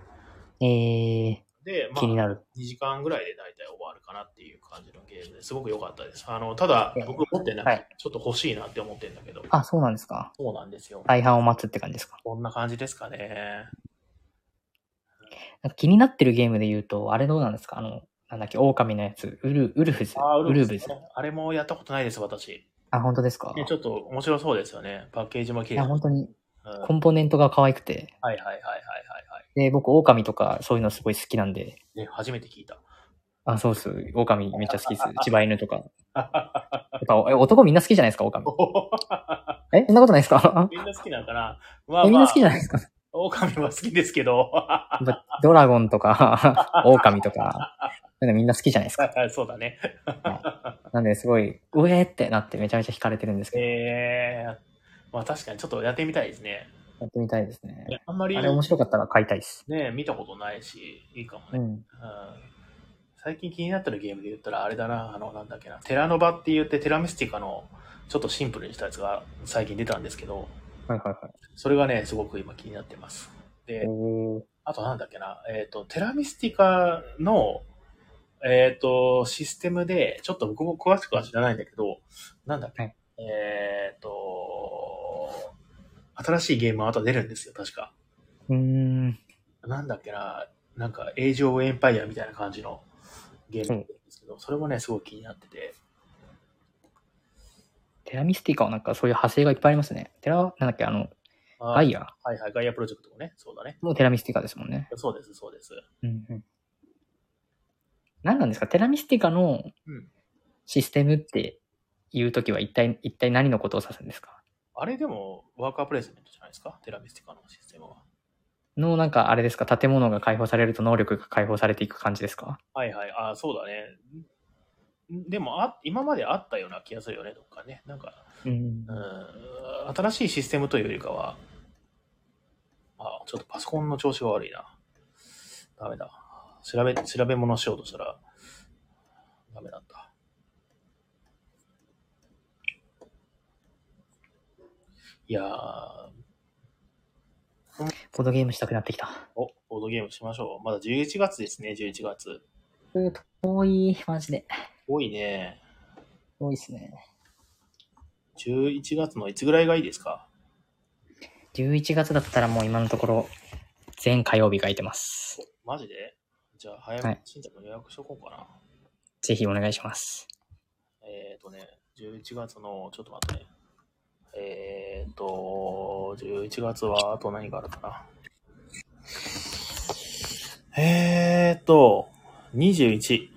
Speaker 2: ー、え
Speaker 1: で、
Speaker 2: ー、気に
Speaker 1: まあ、
Speaker 2: なる。
Speaker 1: 2時間ぐらいで大体終わるかなっていう感じのゲームですごく良かったです。あのただ
Speaker 2: いや、
Speaker 1: 僕持ってなくて、
Speaker 2: はい
Speaker 1: ちょっと欲しいなって思ってるんだけど、
Speaker 2: あ、そうなんですか。
Speaker 1: そうなんですよ。
Speaker 2: 大半を待つって感じですか。
Speaker 1: こんな感じですかね。
Speaker 2: なんか気になってるゲームで言うと、あれどうなんですかあの、なんだっけ、狼のやつ、ウルウルフズ。
Speaker 1: あー
Speaker 2: ウルフズ。
Speaker 1: ねあれもやったことないです、私。
Speaker 2: あ、本当ですか
Speaker 1: ねちょっと面白そうですよね。パッケージも綺
Speaker 2: い
Speaker 1: 麗
Speaker 2: や、
Speaker 1: だし
Speaker 2: 本当に、
Speaker 1: うん
Speaker 2: コンポーネントが可愛くて。
Speaker 1: はいはいはいはいはいは
Speaker 2: で、僕、狼とか、そういうのすごい好きなんで。
Speaker 1: い。ね、初めて聞いた。
Speaker 2: あ、そうっす。狼めっちゃ好きっす。柴犬とか。やっぱ、え男みんな好きじゃないですか狼。えそんなことないですか
Speaker 1: みんな好きなのかなまあ、
Speaker 2: えみん
Speaker 1: ま
Speaker 2: な
Speaker 1: あ
Speaker 2: 好き、じゃないですか
Speaker 1: 狼は好きですけど。
Speaker 2: やっぱドラゴンとか、 狼とか、そういうのみんな好きじゃないですか。
Speaker 1: そうだね。
Speaker 2: なんで、すごい、うえーってなってめちゃめちゃ惹かれてるんですけど、
Speaker 1: えー、まあ確かにちょっとやってみたいですね。
Speaker 2: やってみたいですね。
Speaker 1: あんまり
Speaker 2: あれ面白かったら買いたいっす。
Speaker 1: ね、見たことないし、いいかも
Speaker 2: う
Speaker 1: ね。
Speaker 2: ん。
Speaker 1: うん最近気になってるゲームで言ったら、あれだな、あの、なんだっけな、テラノバって言って、テラミスティカのちょっとシンプルにしたやつが最近出たんですけど、
Speaker 2: はいはいはい。
Speaker 1: それがね、すごく今気になってます。で、
Speaker 2: おー
Speaker 1: あとなんだっけな、えっ、と、テラミスティカの、えっ、と、システムで、ちょっと僕も詳しくは知らないんだけど、なんだっけ、
Speaker 2: はい
Speaker 1: えっ、と、新しいゲームはまた出るんですよ、確か。
Speaker 2: うーん。
Speaker 1: なんだっけな、なんか、エイジ・オブ・エンパイアみたいな感じのゲームなんですけど、それもね、すごい気になってて、
Speaker 2: テラミスティカはなんかそういう派生がいっぱいありますね。テラ、なんだっけ、あの、
Speaker 1: あ
Speaker 2: ガイア
Speaker 1: はいはい、ガイアプロジェクトもね、そうだね。
Speaker 2: もうテラミスティカですもんね。
Speaker 1: そうです、そうです。
Speaker 2: うんうん。何なんですかテラミスティカの
Speaker 1: うん
Speaker 2: システムっていうときは一体、一体何のことを指すんですか
Speaker 1: あれでも、ワーカープレイスメントじゃないですか、テラミスティカのシステムは。
Speaker 2: の、なんかあれですか建物が解放されると能力が解放されていく感じですか
Speaker 1: はいはい、あそうだね。んでもあ、今まであったような気がするよね、どっかね。なんか、
Speaker 2: うん
Speaker 1: うん、新しいシステムというよりかは、あ、ちょっとパソコンの調子が悪いな。ダメだ。調べ、調べ物しようとしたら、ダメだった。いやー、
Speaker 2: ボードゲームしたくなってきた。
Speaker 1: お、ボードゲームしましょう。まだ11月ですね、11月。
Speaker 2: 遠い、マジで。
Speaker 1: 多いね。
Speaker 2: 多いですね。
Speaker 1: 11月のいつぐらいがいいですか
Speaker 2: 11月だったらもう今のところ、全火曜日空いてます。
Speaker 1: マジでじゃあ、早
Speaker 2: は
Speaker 1: めに
Speaker 2: い
Speaker 1: 新宅も予約しとこうかな。
Speaker 2: ぜひお願いします。
Speaker 1: えっ、ー、とね、11月の、ちょっと待ってね。えっ、ー、と、11月は、あと何があるかな。えっ、ー、と、21。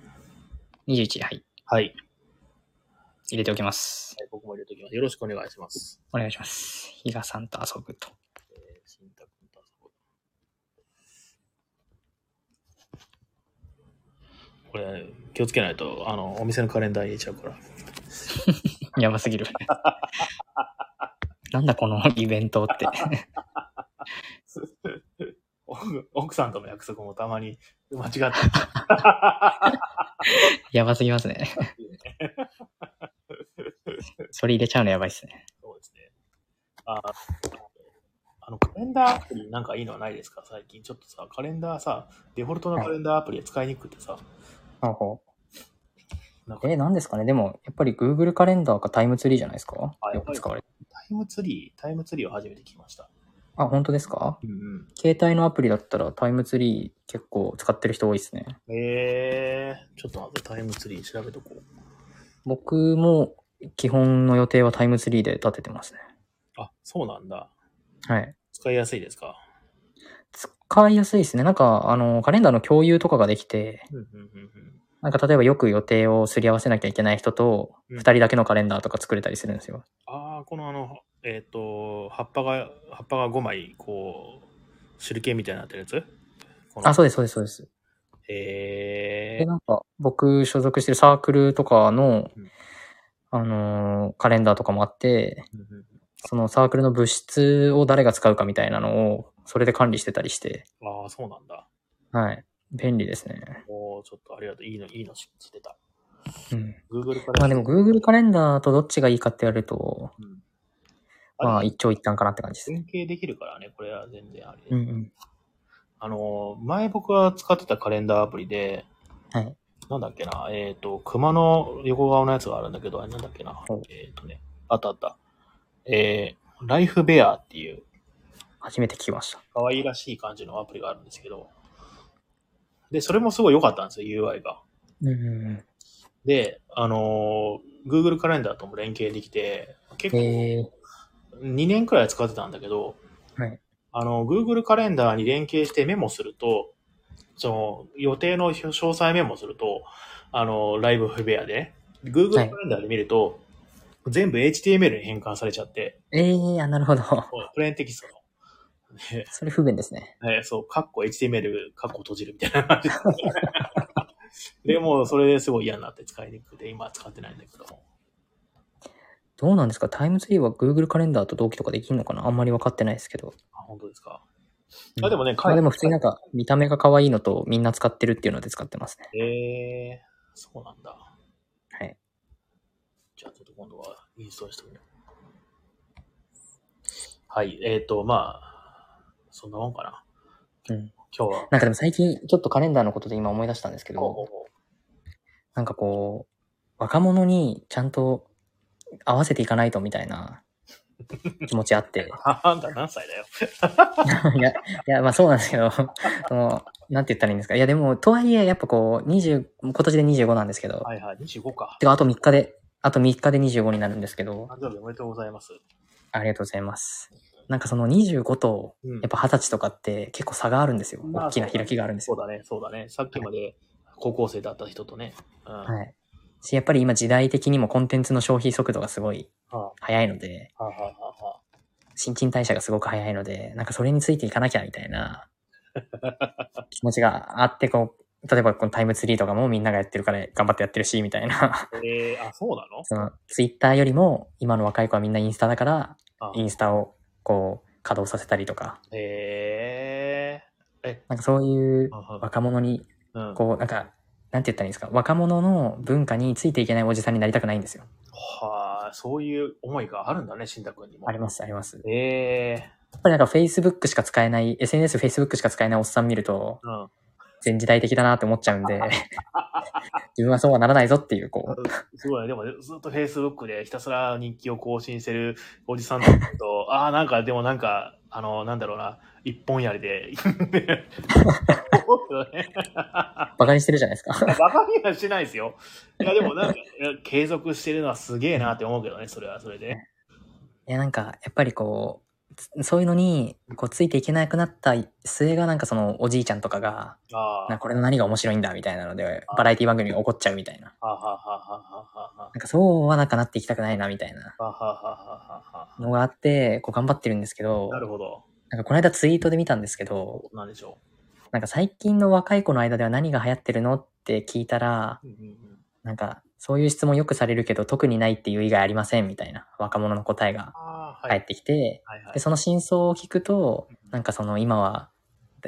Speaker 2: 21、はい。
Speaker 1: はい。
Speaker 2: 入れておきます。
Speaker 1: 僕も入れておきます。よろしくお願いします。
Speaker 2: お願いします。比嘉さんと遊ぶと。
Speaker 1: えー新宅と遊ぼうこれ、気をつけないと、あの、お店のカレンダー入れちゃうから。
Speaker 2: やばすぎる。 なんだこのイベントって。
Speaker 1: 奥奥さんとの約束もたまに間違って
Speaker 2: やばすぎますね。それ入れちゃうのやばいですね。
Speaker 1: そうですね。ああの、カレンダーアプリなんかいいのはないですか最近ちょっとさ、カレンダーさ、デフォルトのカレンダーアプリは使いにくくてさ、
Speaker 2: ほうほ
Speaker 1: なんか
Speaker 2: うえ、何ですかねでも、やっぱり Google カレンダーかタイムツリーじゃないですか
Speaker 1: あや
Speaker 2: よ
Speaker 1: っぱ
Speaker 2: く
Speaker 1: り
Speaker 2: 使われる。
Speaker 1: タイムツリー、タイムツリーを初めて聞きました。
Speaker 2: あ、本当ですか
Speaker 1: うん
Speaker 2: 携帯のアプリだったらタイムツリー結構使ってる人多いですね。
Speaker 1: うん。えー、ちょっと待って、タイムツリー調べとこう。
Speaker 2: 僕も基本の予定はタイムツリーで立ててますね。
Speaker 1: あ、そうなんだ。
Speaker 2: はい。
Speaker 1: 使いやすいですか
Speaker 2: 使いやすいですね。なんか、あの、カレンダーの共有とかができて、
Speaker 1: うんうんうんうん。
Speaker 2: なんか例えばよく予定をすり合わせなきゃいけない人と、
Speaker 1: うん
Speaker 2: 二人だけのカレンダーとか作れたりするんですよ。
Speaker 1: ああ、このあの、えっ、と、葉っぱが、葉っぱが5枚、こう、手裏剣みたいになってるやつこの
Speaker 2: あ、そうです、そうです、そうです。
Speaker 1: え
Speaker 2: で、
Speaker 1: ー、
Speaker 2: なんか、僕所属してるサークルとかの
Speaker 1: うん、
Speaker 2: あのーカレンダーとかもあって、
Speaker 1: うんうん
Speaker 2: そのサークルの物質を誰が使うかみたいなのを、それで管理してたりして、
Speaker 1: ああ、そうなんだ。
Speaker 2: はい。便利ですね。
Speaker 1: おおちょっとありがとう。いいの、いいの知ってた。
Speaker 2: うん。
Speaker 1: Google から。
Speaker 2: まあでも Google カレンダーとどっちがいいかって言われると、
Speaker 1: うん、
Speaker 2: ま
Speaker 1: あ
Speaker 2: あ
Speaker 1: れ
Speaker 2: 一長一短かなって感じですね。
Speaker 1: 連携できるからね、これは全然あり、
Speaker 2: うんうん。
Speaker 1: あの、前僕が使ってたカレンダーアプリで、
Speaker 2: はい。
Speaker 1: なんだっけな、えっ、と、熊の横顔のやつがあるんだけど、あれなんだっけな
Speaker 2: ほう。
Speaker 1: えっ、とね、あったあった。えー、ライフベアっていう、
Speaker 2: 初めて聞きました。
Speaker 1: 可愛らしい感じのアプリがあるんですけど、で、それもすごい良かったんですよ、UI が。
Speaker 2: うんうん
Speaker 1: で、あのー、Google カレンダーとも連携できて、結
Speaker 2: うん。
Speaker 1: 構
Speaker 2: えー、
Speaker 1: 2年くらい使ってたんだけど、
Speaker 2: はい
Speaker 1: あの、Google カレンダーに連携してメモすると、その、予定の詳細メモすると、あの、ライブフェアで、Google カ
Speaker 2: は
Speaker 1: レ
Speaker 2: い
Speaker 1: ンダーで見ると、全部 HTML に変換されちゃって、
Speaker 2: えー、あ、なるほど。
Speaker 1: プレーンテキストの。
Speaker 2: それ不便ですね。
Speaker 1: ね、そう、カッコ HTML、カッコ閉じるみたいな 感じで。でも、それですごい嫌になって使いにくくて、今は使ってないんだけども。
Speaker 2: どうなんですかタイムツリーは Google カレンダーと同期とかできるのかなあんまり分かってないですけど。
Speaker 1: あ、本当ですか。
Speaker 2: うん
Speaker 1: あでもね
Speaker 2: まあでも普通になんか見た目が可愛いのとみんな使ってるっていうので使ってますね。
Speaker 1: ええそうなんだ。
Speaker 2: はい。
Speaker 1: じゃあちょっと今度はインストールしてみよう。はい、えっ、ー、と、まあ、そんなもんかな。
Speaker 2: うん。
Speaker 1: 今日は。
Speaker 2: なんかでも最近ちょっとカレンダーのことで今思い出したんですけ
Speaker 1: ほうほ
Speaker 2: ど
Speaker 1: う、ほ
Speaker 2: なんかこう、若者にちゃんと合わせていかないとみたいな気持ちあって。
Speaker 1: うあんた何歳だよ。
Speaker 2: いや、いや、まあそうなんですけど、その、なんて言ったらいいんですか。いやでも、とはいえ、やっぱこう、20、今年で25なんですけど、
Speaker 1: はいはい、25か。
Speaker 2: てかあと3日で、あと3日で25になるんですけど、
Speaker 1: 誕生日おめでとうございます。
Speaker 2: ありがとうございます。なんかその25と、
Speaker 1: うん
Speaker 2: やっぱ20歳とかって結構差があるんですよ。
Speaker 1: まあ
Speaker 2: 大きな開きがあるんです
Speaker 1: そう
Speaker 2: よ。
Speaker 1: だね、そうだね。さっきまで高校生だった人とね。うん。は
Speaker 2: はい。し、やっぱり今時代的にもコンテンツの消費速度がすごい
Speaker 1: あ、は
Speaker 2: 早いので、
Speaker 1: あ、はあ、はあはあ。
Speaker 2: 新陳代謝がすごく早いので、なんかそれについていかなきゃみた いな気持ちがあって、こう、例えばこのタイムツリーとかもみんながやってるから頑張ってやってるし、みたいな。
Speaker 1: えー、あ、そうなの
Speaker 2: そのツイッターよりも今の若い子はみんなインスタだから、
Speaker 1: あ
Speaker 2: インスタをこう稼働させたりとか、
Speaker 1: えー、え、
Speaker 2: なんかそういう
Speaker 1: はあは
Speaker 2: 若者に
Speaker 1: あうん。
Speaker 2: こう、なんか、なんて言ったらいいんですか、若者の文化についていけないおじさんになりたくないんですよ。
Speaker 1: はあ、そういう思いがあるんだね、新太くんにも。
Speaker 2: あります、あります。や
Speaker 1: ええ
Speaker 2: っぱりなんか Facebook しか使えない、SNS、Facebook しか使えないおっさん見ると、
Speaker 1: うん。
Speaker 2: 全時代的だなって思っちゃうんで、自分はそうはならないぞっていう、こう、
Speaker 1: すごいね。でも、ずっと Facebook でひたすら日記を更新してるおじさんとかと、ああ、なんか、でもなんか、あの、なんだろうな、一本やりで、思うよね。
Speaker 2: バカにしてるじゃないですか。
Speaker 1: バカにはしてないですよ。いや、でもなんか、いや継続してるのはすげえなって思うけどね、それはそれで。
Speaker 2: いや、なんか、やっぱりこうつ、そういうのに、こう、ついていけなくなった末が、なんかその、おじいちゃんとかが、
Speaker 1: あ
Speaker 2: なんか
Speaker 1: あ、
Speaker 2: これの何が面白いんだ、みたいなので、バラエティ番組に怒っちゃうみたいな。
Speaker 1: はははははは
Speaker 2: なんかそうはなんかなっていきたくないな、みたいな
Speaker 1: ははははは
Speaker 2: のがあって、こう頑張ってるんですけど
Speaker 1: な、るほど。
Speaker 2: なんかこの間ツイートで見たんですけど、
Speaker 1: なんでしょ
Speaker 2: なんか最近の若い子の間では何が流行ってるのって聞いたら、
Speaker 1: う。うんうんうん
Speaker 2: なんか、そういう質問よくされるけど、特にないっていう以外ありません、みたいな若者の答えが
Speaker 1: ああ、は
Speaker 2: 返っ
Speaker 1: い。
Speaker 2: てきて、
Speaker 1: はいはい
Speaker 2: で、。その真相を聞くと、なんかその今は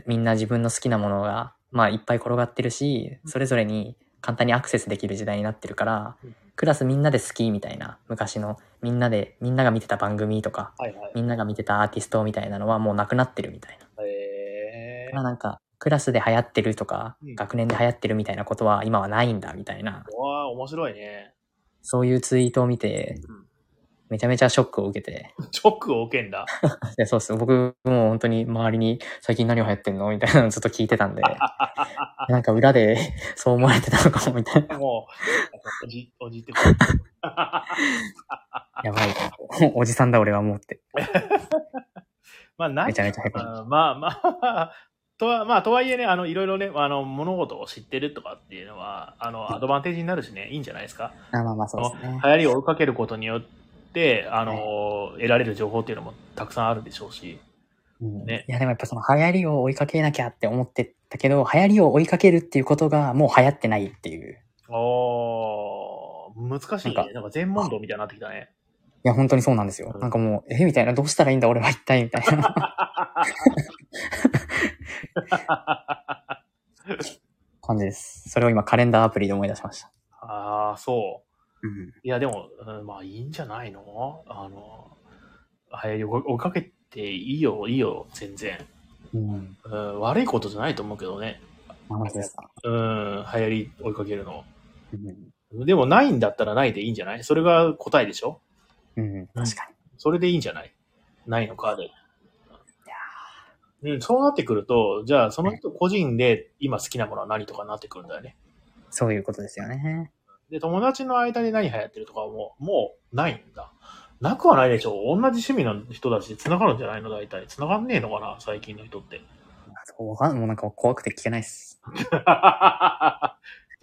Speaker 2: みんな自分の好きなものが、まあいっぱい転がってるし、それぞれに簡単にアクセスできる時代になってるから
Speaker 1: うん、
Speaker 2: クラスみんなで好きみたいな、昔のみんなで、みんなが見てた番組とか、
Speaker 1: はいはい。
Speaker 2: みんなが見てたアーティストみたいなのはもうなくなってるみたいな。
Speaker 1: え
Speaker 2: まあなんか、クラスで流行ってるとか
Speaker 1: うん、
Speaker 2: 学年で流行ってるみたいなことは今はないんだみたいな、
Speaker 1: ー、わあ、面白いね。
Speaker 2: そういうツイートを見て
Speaker 1: うん、
Speaker 2: めちゃめちゃショックを受けて、
Speaker 1: ショックを受けん だ。
Speaker 2: いや、そうっす。僕もう本当に周りに最近何が流行ってんのみたいなのずっと聞いて たんで、なんか裏で そう思われてたのかも みたいな。
Speaker 1: もう、おじ、おじってこ
Speaker 2: やばい。おじさんだ俺はもうって。
Speaker 1: まあ、ない
Speaker 2: めちゃめちゃへこむ。
Speaker 1: あーまあまあ、とは、まあ、とはいえね、あの、いろいろね、あの、物事を知ってるとかっていうのは、あの、アドバンテージになるしね、いいんじゃないですか。
Speaker 2: あまあまあそうですね
Speaker 1: 流。行りを追いかけることによって、あの、得られる情報っていうのもたくさんあるでしょうし。
Speaker 2: うん
Speaker 1: ね
Speaker 2: いやでもやっぱその流行りを追いかけなきゃって思ってたけど、流行りを追いかけるっていうことがもう流行ってないっていう。い
Speaker 1: おー、難しいね。な
Speaker 2: なんん
Speaker 1: か、全問答みたいになってきたね。
Speaker 2: や本当にそうなんですよ
Speaker 1: う。ん
Speaker 2: なんかもう、えみたいな、どうしたらいいんだ俺は一体みたいな 感じです。それを今カレンダーアプリで思い出しました。
Speaker 1: ああ、そう。
Speaker 2: うん
Speaker 1: いや、でも、うんまあ、いいんじゃないのあの、流行りを追いかけていいよ、いいよ、全然。
Speaker 2: うん。
Speaker 1: うん、悪いことじゃないと思うけどね。
Speaker 2: まあ、マジですか。
Speaker 1: うん、流行り追いかけるの。
Speaker 2: うん。
Speaker 1: でもないんだったらないでいいんじゃないそれが答えでしょ
Speaker 2: うん、確か
Speaker 1: それでいいんじゃないないのかで。うん、そうなってくると、じゃあその人個人で今好きなものは何とかになってくるんだよね。
Speaker 2: に。そういうことですよね。
Speaker 1: で、友達の間で何流行ってるとかはもう、もうないんだ。なくはないでしょ同じ趣味の人たちで繋がるんじゃないの大体。繋がんねえのかな最近の人って。
Speaker 2: そうわかんもうなんか怖くて聞けないっす。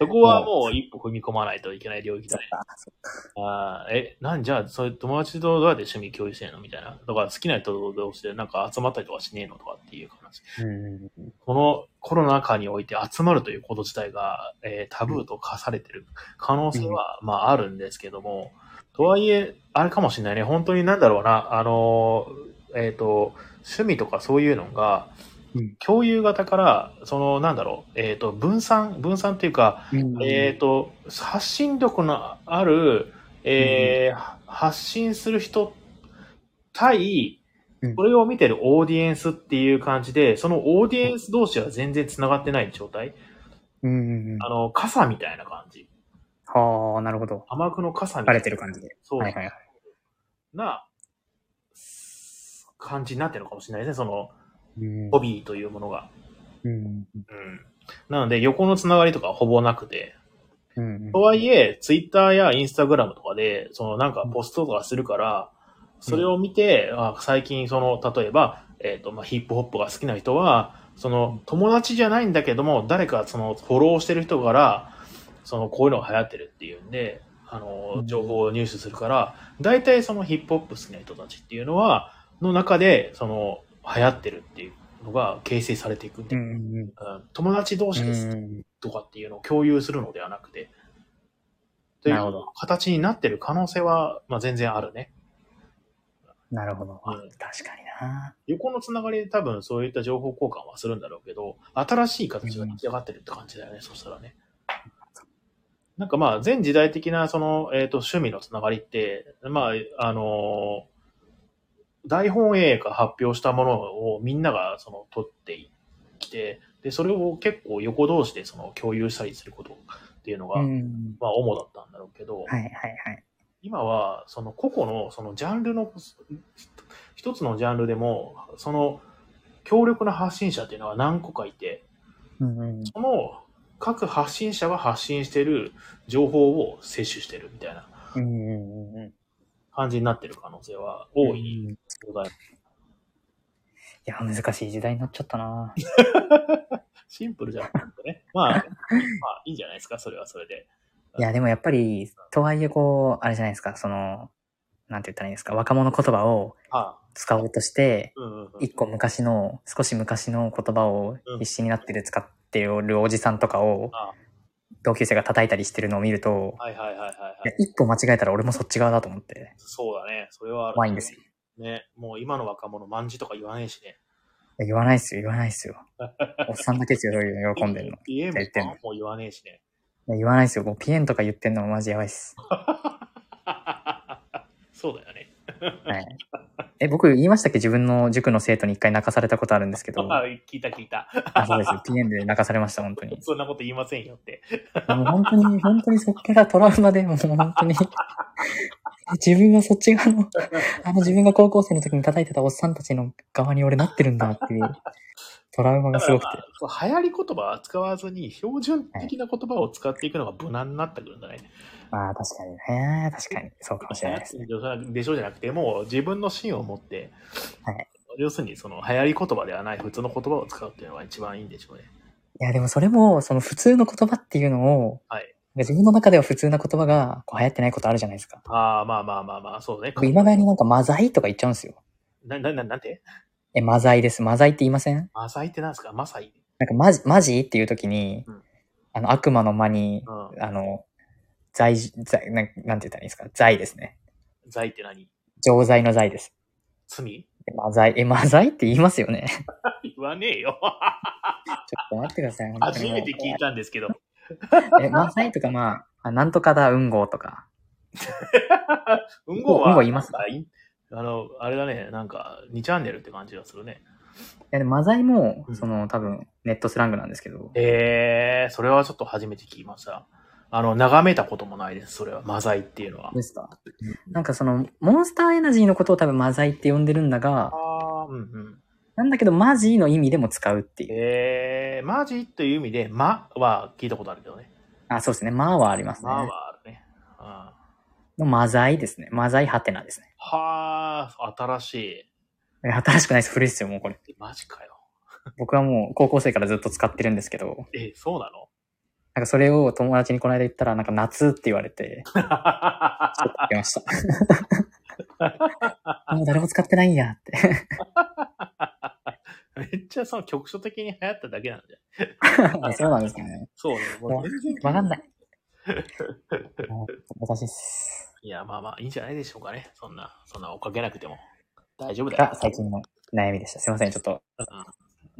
Speaker 1: そこはもう一歩踏み込まないといけない領域だね。
Speaker 2: か。そっか
Speaker 1: ああ、え、なんじゃあ、そういう友達とどうやって趣味共有してんのみたいな。とか、好きな人とどうして、なんか集まったりとかしねえのとかっていう話。
Speaker 2: うん。
Speaker 1: このコロナ禍において集まるということ自体が、えータブーと化されてる可能性は、まああるんですけども、とはいえ、あれかもしれないね。本当になんだろうな、あのー、えっ、と、趣味とかそういうのが
Speaker 2: うん、
Speaker 1: 共有型から、その、なんだろう、えっ、と、分散、分散っていうか、えっ、と、発信力のある、えー発信する人対
Speaker 2: うん、
Speaker 1: これを見てるオーディエンスっていう感じで、そのオーディエンス同士は全然繋がってない状態。
Speaker 2: うん。
Speaker 1: あの、傘みたいな感じ。
Speaker 2: はあ、なるほど。
Speaker 1: 甘くの傘みた
Speaker 2: バ
Speaker 1: いな。
Speaker 2: レてる感じで。
Speaker 1: そう、
Speaker 2: はいはいはい。
Speaker 1: な、す感じになってるのかもしれないですね、その、
Speaker 2: うん
Speaker 1: ホビーというものが。
Speaker 2: うん。
Speaker 1: うん。なので、横の繋がりとかほぼなくて、
Speaker 2: うん。
Speaker 1: とはいえ、ツイッターやインスタグラムとかで、そのなんかポストとかするから、それを見て、あ最近その、例えば、えっ、と、まあ、ヒップホップが好きな人は、その、友達じゃないんだけども、誰かその、フォローしてる人から、その、こういうのが流行ってるっていうんで、あ
Speaker 2: う
Speaker 1: の、
Speaker 2: ん
Speaker 1: 情報を入手するから、大体そのヒップホップ好きな人たちっていうのは、の中で、その、流行ってるっていうのが形成されていくん
Speaker 2: う
Speaker 1: で、
Speaker 2: んうん
Speaker 1: うん友達同
Speaker 2: う
Speaker 1: 士です
Speaker 2: ん。
Speaker 1: とかっていうのを共有するのではなくて、とい
Speaker 2: なるほ
Speaker 1: う
Speaker 2: ど
Speaker 1: 形になってる可能性は、まあ、全然あるね。
Speaker 2: なるほど。
Speaker 1: うん
Speaker 2: 確かにな。
Speaker 1: 横のつながりで多分そういった情報交換はするんだろうけど、新しい形が出来上がってるって感じだよね、そしたらね。なんかまあ、全時代的な、その、えっ、と、趣味のつながりって、まあ、あのー大本営が発表したものをみんなが、その、取ってきて、で、それを結構横同士で、その、共有したりすることっていうのが、
Speaker 2: うん。
Speaker 1: まあ主だったんだろうけど、
Speaker 2: はいはいはい。
Speaker 1: 今はその個々のそのジャンルのひ一つのジャンルでもその強力な発信者っていうのが何個かいて
Speaker 2: うんうん。
Speaker 1: その各発信者は発信してる情報を摂取してるみたいな
Speaker 2: うんうんうん。
Speaker 1: 感じになってる可能性は大いに
Speaker 2: い
Speaker 1: ございます。
Speaker 2: や、難しい時代になっちゃったな
Speaker 1: シンプルじゃなくて ね。まあ、まあいいんじゃないですか、それはそれで。
Speaker 2: いや、でもやっぱり、とはいえこう、あれじゃないですか、その、なんて言ったらいいんですか、若者言葉を
Speaker 1: ああ
Speaker 2: 使おうとして、
Speaker 1: うんうんうん、
Speaker 2: 一個昔の、少し昔の言葉を必死になってる使ってるおじさんとかを
Speaker 1: ああ、
Speaker 2: 同級生が叩いたりしてるのを見ると、
Speaker 1: はいはいはいはい、はい
Speaker 2: や一歩間違えたら俺もそっち側だと思って、
Speaker 1: そうだね。それはある。
Speaker 2: 怖いんですよ。い
Speaker 1: ね。もう今の若者、まんじとか言わねえしね。
Speaker 2: や言わないっすよ、言わないっす よ。おっさんだけですよ、そういうの喜んでるの。い
Speaker 1: 家も
Speaker 2: 言ってんの
Speaker 1: もう言わねえしね。
Speaker 2: や言わないっすよ、もうピエンとか言ってんのもマジやばいっす。
Speaker 1: そうだよね。
Speaker 2: はい。え、僕言いましたっけ自分の塾の生徒に一回泣かされたことあるんですけ ど。
Speaker 1: あ聞いた聞いた。
Speaker 2: あ、そうです。PN で泣かされました、本当に。
Speaker 1: そんなこと言いませんよって。
Speaker 2: もう本当に、本当にそっからトラウマで、もう本当に。 自分はそっち側の、あの自分が高校生の時に叩いてたおっさんたちの側に俺なってるんだっていう、トラウマがすごくて。
Speaker 1: そう流行り言葉は使わずに、標準的な言葉を使っていくのが無難になってくるんだね。
Speaker 2: まあ確かにね、確かに、そうかもしれないですね。
Speaker 1: 流行ってるでしょじゃなくて、もう自分の芯を持って、
Speaker 2: はい
Speaker 1: 要するにその流行り言葉ではない普通の言葉を使うっていうのが一番いいんでしょうね。
Speaker 2: いや、でもそれも、その普通の言葉っていうのを、
Speaker 1: はい
Speaker 2: なんか自分の中では普通な言葉がこう流行ってないことあるじゃないですか。
Speaker 1: ああ、まあまあまあまあ、そうね。
Speaker 2: 僕未だになんかマザイとか言っちゃうんですよ。
Speaker 1: な、な、ななんて
Speaker 2: え、マザイです。マザイって言いません
Speaker 1: マサイってなんですかマサイ。
Speaker 2: なんかマジ、マジっていう時に、
Speaker 1: うん
Speaker 2: あの、悪魔の間に
Speaker 1: う、ん。
Speaker 2: あの、罪、罪、なんなんて言ったらいいんですか罪ですね。
Speaker 1: 罪って何
Speaker 2: 常罪の罪です。
Speaker 1: 罪
Speaker 2: えマザイ、え、マザイって言いますよね。 ちょ
Speaker 1: 言わねえよ。
Speaker 2: っと待ってください。本当
Speaker 1: 初
Speaker 2: にもう
Speaker 1: めて聞いたんですけど。
Speaker 2: え、マザイとかまあ、あなんとかだ、運号とか。
Speaker 1: うんごは、
Speaker 2: うんご言います
Speaker 1: なんかいあの、あれだね、なんか、2チャンネルって感じがするね。
Speaker 2: いや、でもマザイも
Speaker 1: う、ん
Speaker 2: その、多分、ネットスラングなんですけど、
Speaker 1: えー、それはちょっと初めて聞きました。あの、眺めたこともないです、それは。マザイっていうのは。
Speaker 2: ですかなんかその、モンスターエナジーのことを多分マザイって呼んでるんだが、
Speaker 1: あーうんうん。
Speaker 2: なんだけど、マジの意味でも使うっていう。
Speaker 1: えー、マジという意味で、まは聞いたことあるけどね。
Speaker 2: あ、そうですね。まあはありますね。
Speaker 1: まはあるね。うん、は
Speaker 2: のマザイですね。マザイハテナですね。
Speaker 1: あ、新し
Speaker 2: え新しくないです。古いですよ、もう これ。
Speaker 1: い。マジかよ。
Speaker 2: 僕はもう高校生からずっと使ってるんですけど、
Speaker 1: え、そうなの
Speaker 2: なんかそれを友達にこの間言ったら、なんか夏って言われて、ちょっと言ま した。もう誰も使ってないんやって。
Speaker 1: めっちゃその局所的に流行っただけなんじゃん。
Speaker 2: そうなんですかね。
Speaker 1: そうね。もう全然
Speaker 2: わかんない。もう難しいっす。
Speaker 1: いや、まあまあ、いいんじゃないでしょうかね。そんな、そんな追っかけなくても。大丈夫だよ
Speaker 2: が。最近の悩みでした。すいません、ちょっと
Speaker 1: うん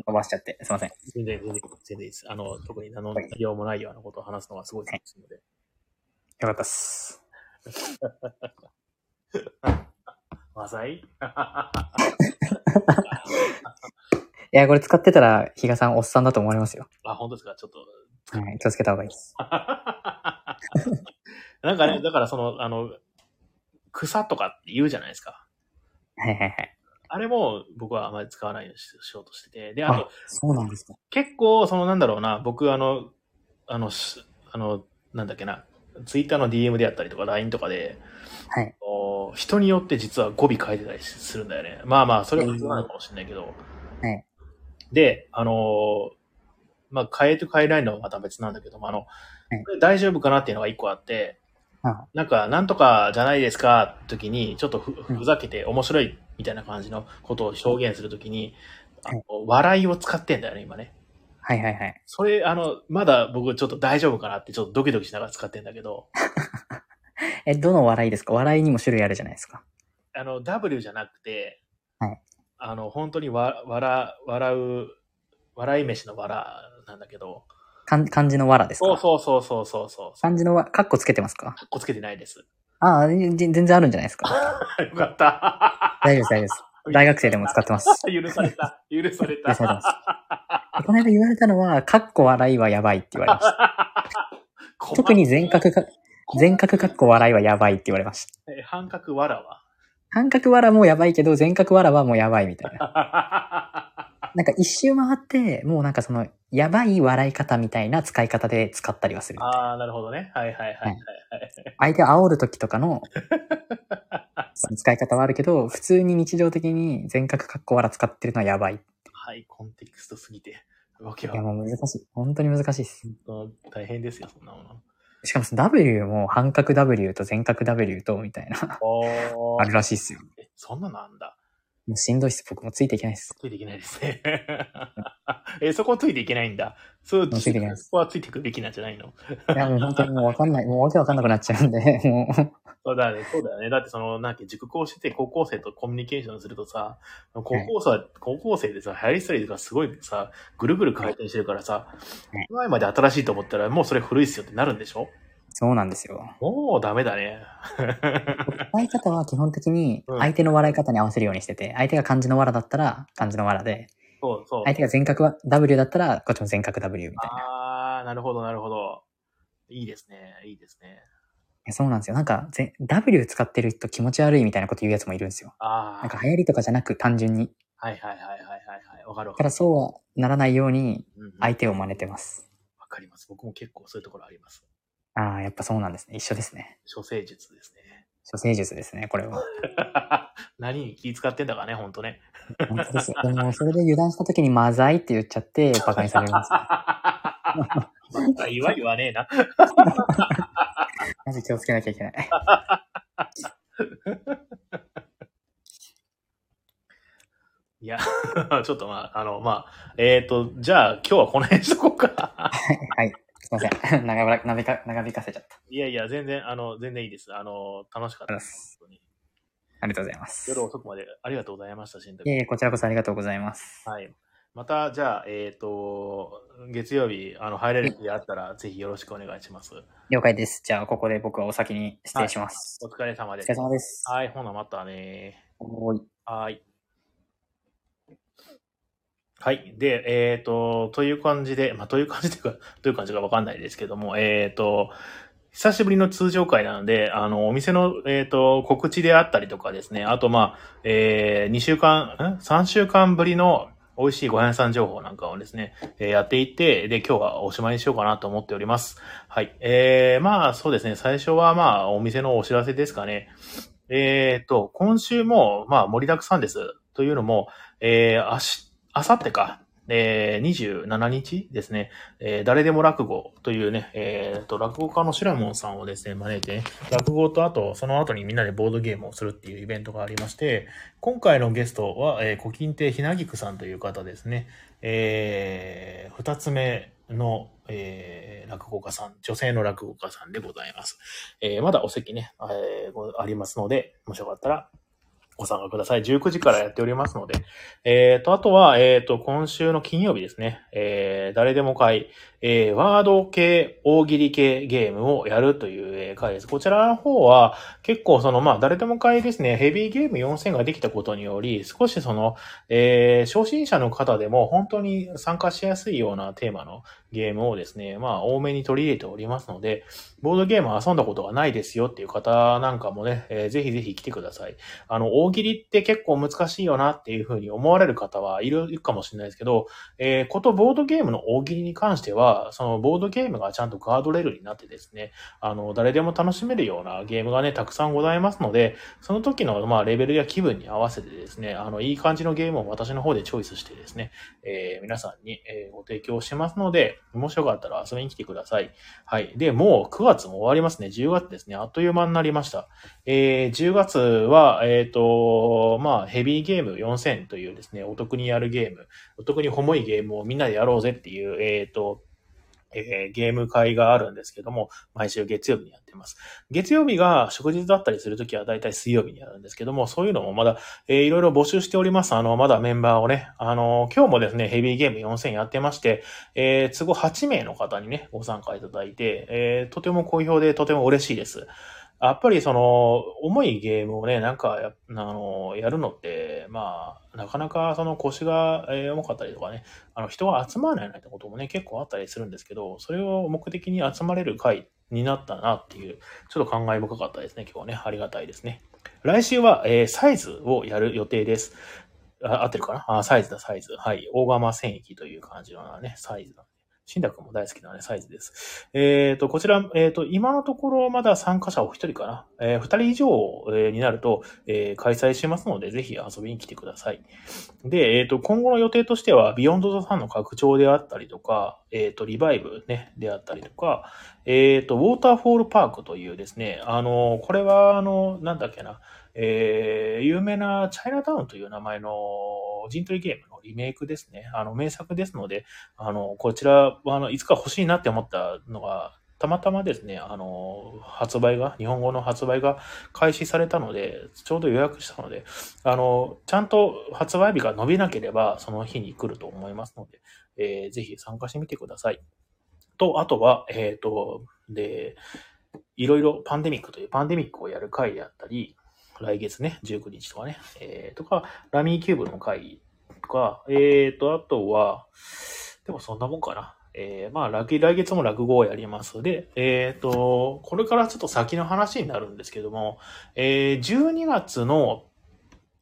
Speaker 2: 伸ばしちゃって。すいません。
Speaker 1: 全然、全然、全然いいです。あの、特に何の内容もないようなことを話すのがすごい楽しいので。
Speaker 2: よかったっす。
Speaker 1: マザイ
Speaker 2: いや、これ使ってたら、比嘉さんおっさんだと思われますよ。
Speaker 1: あ、本当ですかちょっと。
Speaker 2: はい、気をつけた方がいいです。
Speaker 1: なんかね、だからその、あの、草とかって言うじゃないですか。
Speaker 2: はいはいはい。
Speaker 1: あれも僕はあまり使わないようにししようとしてて。で、あ
Speaker 2: あ
Speaker 1: と、、
Speaker 2: そうなんですか。
Speaker 1: 結構、そのなんだろうな、僕あの、あの、しあの、なんだっけな、ツイッターの DM であったりとか LINE とかで、
Speaker 2: はい。
Speaker 1: お人によって実は語尾変えてたりするんだよね。まあまあ、それは普通なのかもしれないけど。
Speaker 2: はい
Speaker 1: で、あのーまあ、変えて変えないのはまた別なんだけども、あの、
Speaker 2: い
Speaker 1: これ大丈夫かなっていうのが一個あって、
Speaker 2: あ
Speaker 1: なんか、なんとかじゃないですか、時に、ちょっとふ
Speaker 2: うん
Speaker 1: ふざけて面白いみたいな感じのことを表現するときに、あ
Speaker 2: はい
Speaker 1: の笑いを使ってんだよね、今ね。
Speaker 2: はいはいはい。
Speaker 1: それ、あの、まだ僕ちょっと大丈夫かなってちょっとドキドキしながら使ってんだけど、
Speaker 2: え、どの笑いですか笑いにも種類あるじゃないですか。
Speaker 1: あの、W じゃなくて、
Speaker 2: はい
Speaker 1: あの、本当にわ、笑、笑う、笑い飯の笑なんだけど、
Speaker 2: かん漢字のわらですか
Speaker 1: そうそうそうそうそうそう、か
Speaker 2: 漢字のわ、カッコつけてますか
Speaker 1: っこつけてないです。
Speaker 2: ああ、全全然あるんじゃないですか。
Speaker 1: よかった。
Speaker 2: 大丈夫です、大丈夫です。大学生でも使ってます。
Speaker 1: 許された。許され
Speaker 2: 大丈夫で
Speaker 1: た。
Speaker 2: す。この間言われたのは、カッコ笑いはやばいって言われました。特に全角か、全角かっこ笑いはやばいって言われました。
Speaker 1: えー半角わらわ。
Speaker 2: 半角わらもやばいけど、全角わらはもうやばいみ たいな。なんか一周回って、もうなんかその、やばい笑い方みたいな使い方で使ったりはする。
Speaker 1: ああ、なるほどね。はいはいはい。はい
Speaker 2: 相手煽る時とかの、その使い方はあるけど、普通に日常的に全角かっこわら使ってるのはやばい。い
Speaker 1: はい、コンテクストすぎて。わけ
Speaker 2: や、
Speaker 1: は
Speaker 2: もう難しい。本当に難しいです。
Speaker 1: 大変ですよ、そんなもの。
Speaker 2: しかもその W も半角 W と全角 W とみたいな、
Speaker 1: お
Speaker 2: あるらしいっすよ。
Speaker 1: えそんなのあんだ。
Speaker 2: もうしんどいっす。僕もついていけないっす。
Speaker 1: ついていけないですね。 え、そこついていけないんだ。そう、
Speaker 2: ついていけないです
Speaker 1: そこはついていくべきなんじゃないの
Speaker 2: いや、もう本当にもうわかんない。もうわけわかんなくなっちゃうんで、もう。
Speaker 1: そうだね、そうだよね。だってその、なんか塾講してて高校生とコミュニケーションするとさ、高校生、高校生でさ、流行りしたりとかすごいさ、ぐるぐる回転してるからさ、
Speaker 2: い
Speaker 1: 前まで新しいと思ったらもうそれ古いっすよってなるんでしょ
Speaker 2: そうなんですよ。
Speaker 1: もうダメだね。
Speaker 2: 笑い方は基本的に
Speaker 1: うん
Speaker 2: 相手の笑い方に合わせるようにしてて、相手が漢字のわらだったら漢字のわらで、
Speaker 1: そうそう。
Speaker 2: 相手が全角は W だったらこっちも全角 W みたいな。
Speaker 1: ああ、なるほど、なるほど。いいですね、いいですね。
Speaker 2: いやそうなんですよ。なんかぜ W 使ってる人気持ち悪いみたいなこと言うやつもいるんですよ。
Speaker 1: あ
Speaker 2: なん
Speaker 1: あ
Speaker 2: か、流行りとかじゃなく単純に。
Speaker 1: はいはいはいはいはいはい。わかるわか
Speaker 2: だ
Speaker 1: る。
Speaker 2: からそうはならないように
Speaker 1: うんうん
Speaker 2: 相手を真似てます。
Speaker 1: わかります。僕も結構そういうところあります。
Speaker 2: ああ、やっぱそうなんですね。一緒ですね。
Speaker 1: 処世術ですね。
Speaker 2: 処世術ですね、これは。
Speaker 1: 何に気使ってんだかね、ほんと ね。
Speaker 2: 本当ですよ。でも、それで油断した時にマザイって言っちゃって、馬鹿にされ ます。
Speaker 1: まあ言わ言わねえな。
Speaker 2: マジ気をつけなきゃいけない。
Speaker 1: いや、ちょっとまあ、あの、まあ、えっ、ー、と、じゃあ今日はこの辺にしとこうか。
Speaker 2: はい。すいません。 長ばら長引か、長引かせちゃった。
Speaker 1: いやいや、全然、あの、全然いいです。あの、楽しかったです。本当に
Speaker 2: ありがとうございます。
Speaker 1: 夜遅くまでありがとうございました、しんた
Speaker 2: い
Speaker 1: く
Speaker 2: えいえ、こちらこそありがとうございます。
Speaker 1: はい。また、じゃあ、えっ、と、月曜日、あの、入れる日あったら、ぜひよろしくお願いします。
Speaker 2: 了解です。じゃあ、ここで僕はお先に失礼します。
Speaker 1: お疲れ様で
Speaker 2: お疲
Speaker 1: す
Speaker 2: れ。様です。
Speaker 1: はい、ほな、またね
Speaker 2: おーい
Speaker 1: はい。はい。で、えっ、と、という感じで、まあ、という感じというか、 どういう感じかわかんないですけども、えっ、と、久しぶりの通常会なので、あの、お店の、えっ、と、告知であったりとかですね、あと、まあ、えー、2週間、ん ?3 週間ぶりの美味しいご飯屋さん情報なんかをですね、えーやっていって、で、今日はおしまいにしようかなと思っております。はい。えー、まあ、そうですね、最初は、まあ、お店のお知らせですかね。えっ、と、今週も、まあ、盛りだくさんです。というのも、えー、あし、あさってか、えー、27日ですね、えー、誰でも落語というね、えー、と、落語家のシラモンさんをですね、招いて、ね、落語とあと、その後にみんなでボードゲームをするっていうイベントがありまして、今回のゲストは、えー、古今亭ひなぎくさんという方ですね、えー、二つ目の、えー、落語家さん、女性の落語家さんでございます。えーまだお席ね、えーごありますので、もしよかったらご参加ください。19時からやっておりますので。えーと、あとは、えーと、今週の金曜日ですね。えー誰でも会、えーワード系、大喜利系ゲームをやるというえー会です。こちらの方は、結構その、まあ、誰でも会ですね、ヘビーゲーム4000ができたことにより、少しその、えー初心者の方でも本当に参加しやすいようなテーマのゲームをですね、まあ、多めに取り入れておりますので、ボードゲーム遊んだことがないですよっていう方なんかもね、えーぜひぜひ来てください。あの、大喜利って結構難しいよなっていうふうに思われる方はいるいるかもしれないですけど、えーことボードゲームの大喜利に関しては、そのボードゲームがちゃんとガードレールになってですね、あの、誰でも楽しめるようなゲームがね、たくさんございますので、その時の、まあ、レベルや気分に合わせてですね、あの、いい感じのゲームを私の方でチョイスしてですね、えー皆さんに、えーご提供しますので、もしよかったら遊びに来てください。はい。で、もう9月も終わりますね。10月ですね。あっという間になりました。えー、10月は、えっ、と、まあ、ヘビーゲーム4000というですね、お得にやるゲーム、お得にホモいゲームをみんなでやろうぜっていう、えっ、と、えーゲーム会があるんですけども、毎週月曜日にやってます。月曜日が祝日だったりするときはだいたい水曜日にやるんですけども、そういうのもまだ、えーいろいろ募集しております。あの、まだメンバーをね、あの、今日もですね、ヘビーゲーム4000やってまして、えー、都合8名の方にね、ご参加いただいて、えーとても好評でとても嬉しいです。やっぱりその、重いゲームをね、なんかや、あの、やるのって、まあ、なかなかその腰がえー重かったりとかね、あの、人が集まらないなんてこともね、結構あったりするんですけど、それを目的に集まれる回になったなっていう、ちょっと感慨深かったですね、今日はね。ありがたいですね。来週は、えーサイズをやる予定です。あ合ってるかなあ、サイズだ、サイズ。はい。大釜戦役という感じのね、サイズだ。新宅も大好きなね、サイズです。えっ、と、こちら、えっ、と、今のところまだ参加者お一人かな。えー二人以上、えーになると、えー開催しますので、ぜひ遊びに来てください。で、えっ、と、今後の予定としては、ビヨンドザさんの拡張であったりとか、えっ、と、リバイブね、であったりとか、えっ、と、ウォーターフォールパークというですね、あの、これは、あの、なんだっけな、えー有名なチャイナタウンという名前の陣取りゲームのリメイクですね。あの、名作ですので、あの、こちらは、あの、いつか欲しいなって思ったのが、たまたまですね、あの、発売が、日本語の発売が開始されたので、ちょうど予約したので、あの、ちゃんと発売日が伸びなければ、その日に来ると思いますので、えーぜひ参加してみてください。と、あとは、えっ、と、で、いろいろパンデミックというパンデミックをやる会であったり、来月ね、19日とかね、えーとか、ラミーキューブの会とか、えーと、あとは、でもそんなもんかな。えーまあ、来来月も落語をやります。で、えっ、と、これからちょっと先の話になるんですけども、えー12月の、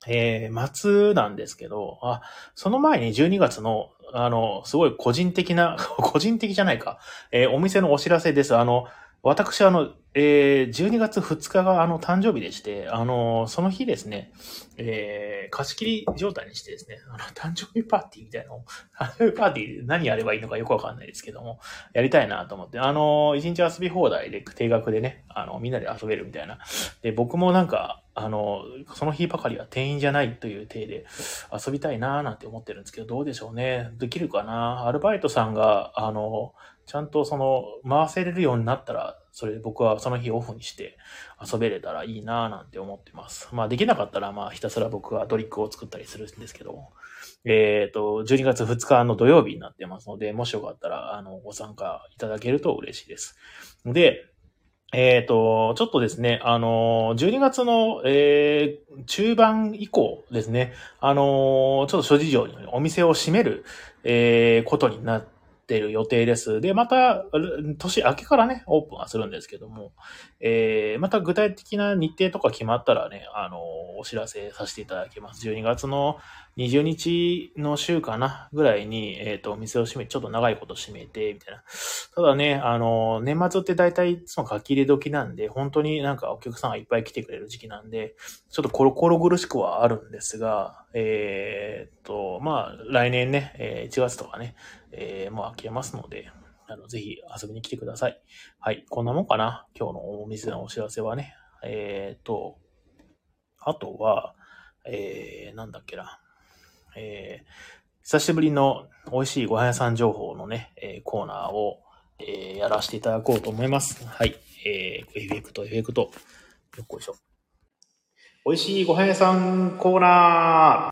Speaker 1: えー末なんですけど、あ、その前に12月の、あの、すごい個人的な、 個人的じゃないか、えーお店のお知らせです。あの、私、あの、えー12月2日が、あの、誕生日でして、あの、その日ですね、えー貸し切り状態にしてですね、あの、誕生日パーティーみたいなのを 誕生日パーティーで何やればいいのかよくわかんないですけども、やりたいなと思って、あの、一日遊び放題で、定額でね、あの、みんなで遊べるみたいな。で、僕もなんか、あの、その日ばかりは店員じゃないという体で遊びたいなーなんて思ってるんですけど、どうでしょうね。できるかなアルバイトさんが、あの、ちゃんとその、回せれるようになったら、それ僕はその日オフにして遊べれたらいいなーなんて思ってます。まあできなかったらまあひたすら僕はドリックを作ったりするんですけども。えっ、と、12月2日の土曜日になってますので、もしよかったら、あの、ご参加いただけると嬉しいです。で、えっ、と、ちょっとですね、あの、12月の、えー中盤以降ですね、あの、ちょっと諸事情によりお店を閉める、えーことになってる予定です。で、また、う年明けからね、オープンはするんですけども、えーまた具体的な日程とか決まったらね、あの、お知らせさせていただきます。12月の、20日の週かなぐらいに、えっ、と、お店を閉め、ちょっと長いこと閉めて、みたいな。ただね、あの、年末って大体、その書き入れ時なんで、本当になんかお客さんがいっぱい来てくれる時期なんで、ちょっとコロコロ苦しくはあるんですが、えっ、と、まあ、来年ね、えー1月とかね、えーもう開けますので、あの、ぜひ遊びに来てください。はい、こんなもんかな今日のお店のお知らせはね。えっ、と、あとは、えー、なんだっけな。えー久しぶりの美味しいご飯屋さん情報のね、えーコーナーを、えーやらせていただこうと思います。はい。えーエフェクト、エフェクト。よっこいしょ。美味しいご飯屋さんコーナー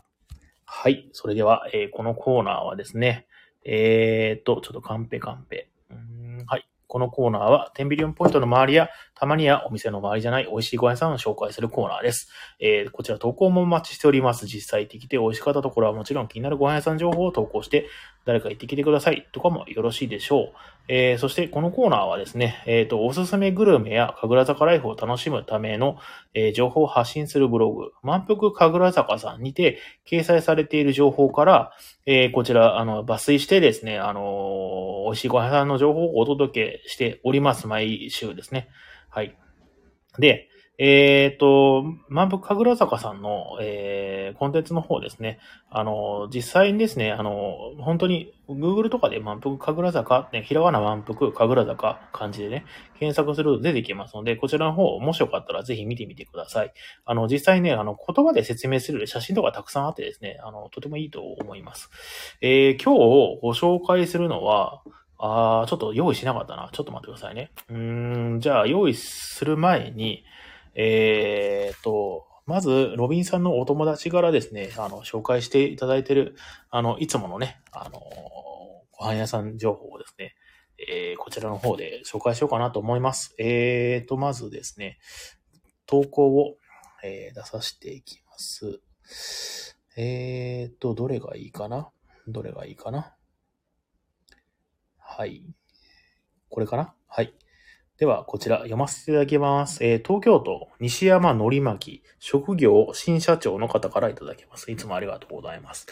Speaker 1: はい。それでは、えーこのコーナーはですね、えー、と、ちょっとカンペカンペ。うーんはい。このコーナーは、テンビリオンポイントの周りや、たまにはお店の周りじゃない美味しいご飯屋さんを紹介するコーナーです。えーこちら投稿もお待ちしております。実際行ってきて美味しかったところはもちろん気になるご飯屋さん情報を投稿して、誰か行ってきてくださいとかもよろしいでしょう。えーそしてこのコーナーはですね、えっ、と、おすすめグルメや神楽坂ライフを楽しむための、えー情報を発信するブログ、満腹神楽坂さんにて掲載されている情報から、えーこちら、あの、抜粋してですね、あのー美味しいご飯屋さんの情報をお届けしております。毎週ですね。はい。で、えっ、と、まんぷく神楽坂さんの、えーコンテンツの方ですね。あの、実際にですね、あの、本当に Google とかで満腹神楽坂って、ひらがな満腹神楽坂漢字でね、検索すると出てきますので、こちらの方、もしよかったらぜひ見てみてください。あの、実際ね、あの、言葉で説明する写真とかたくさんあってですね、あの、とてもいいと思います。えー今日ご紹介するのは、あーちょっと用意しなかったな。ちょっと待ってくださいね。うーん、じゃあ用意する前に、えー、と、まず、ロビンさんのお友達からですね、あの、紹介していただいてる、あの、いつものね、あの、ご飯屋さん情報をですね、えーこちらの方で紹介しようかなと思います。えーと、まずですね、投稿を、えー出させていきます。えーっと、どれがいいかなどれがいいかなはい。これかなはい。では、こちら読ませていただきます。えー東京都西山のりまき、職業新社長の方からいただきます。いつもありがとうございます。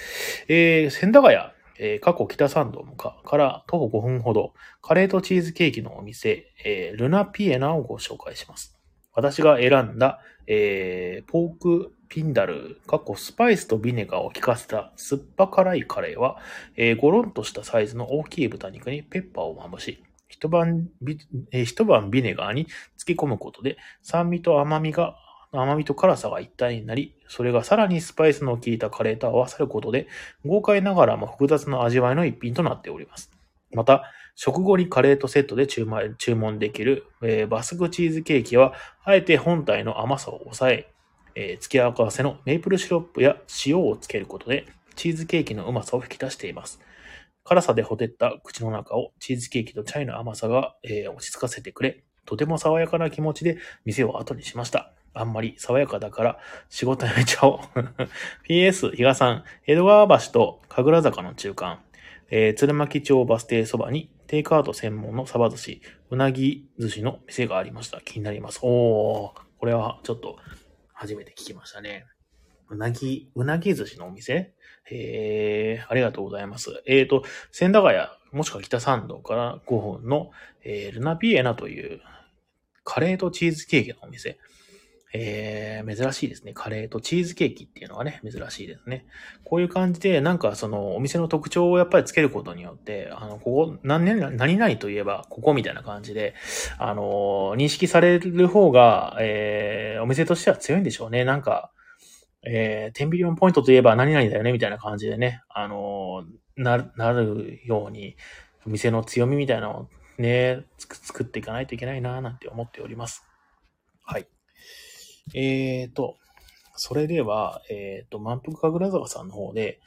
Speaker 1: えー千駄ヶ谷、えー過去北参道かから徒歩5分ほど、カレーとチーズケーキのお店、えールナピエナをご紹介します。私が選んだ、えーポークピンダル、過去スパイスとビネガーを効かせた酸っぱ辛いカレーは、えーゴロンとしたサイズの大きい豚肉にペッパーをまぶし、一晩ビ、えー一晩ビネガーに漬け込むことで、酸味と甘みが、甘みと辛さが一体になり、それがさらにスパイスの効いたカレーと合わさることで、豪快ながらも複雑な味わいの一品となっております。また、食後にカレーとセットで注文注文できる、えーバスクチーズケーキは、あえて本体の甘さを抑え、えー付け合わせのメープルシロップや塩をつけることで、チーズケーキのうまさを引き出しています。辛さでほてった口の中をチーズケーキとチャイの甘さが、えー落ち着かせてくれ、とても爽やかな気持ちで店を後にしました。あんまり爽やかだから仕事やめちゃ おう。PS、比嘉さん、江戸川橋と神楽坂の中間、えー鶴巻町バス停そばにテイクアウト専門のサバ寿司、うなぎ寿司の店がありました。気になります。おー、これはちょっと初めて聞きましたね。うなぎ、うなぎ寿司のお店えー、ありがとうございます。えーと、千駄ヶ谷、もしくは北参道から5分の、えールナピエナというカレーとチーズケーキのお店。えー、珍しいですね。カレーとチーズケーキっていうのはね、珍しいですね。こういう感じで、なんかそのお店の特徴をやっぱりつけることによって、あの、ここ、何々、何々といえばここみたいな感じで、あの、認識される方が、えー、お店としては強いんでしょうね。なんか、えー、10ビリオンポイントといえば何々だよね、みたいな感じでね、あの、な、なるように、お店の強みみたいなのをね、つく作っていかないといけないな、なんて思っております。はい。えーと、それでは、えーと、満腹神楽坂さんの方で、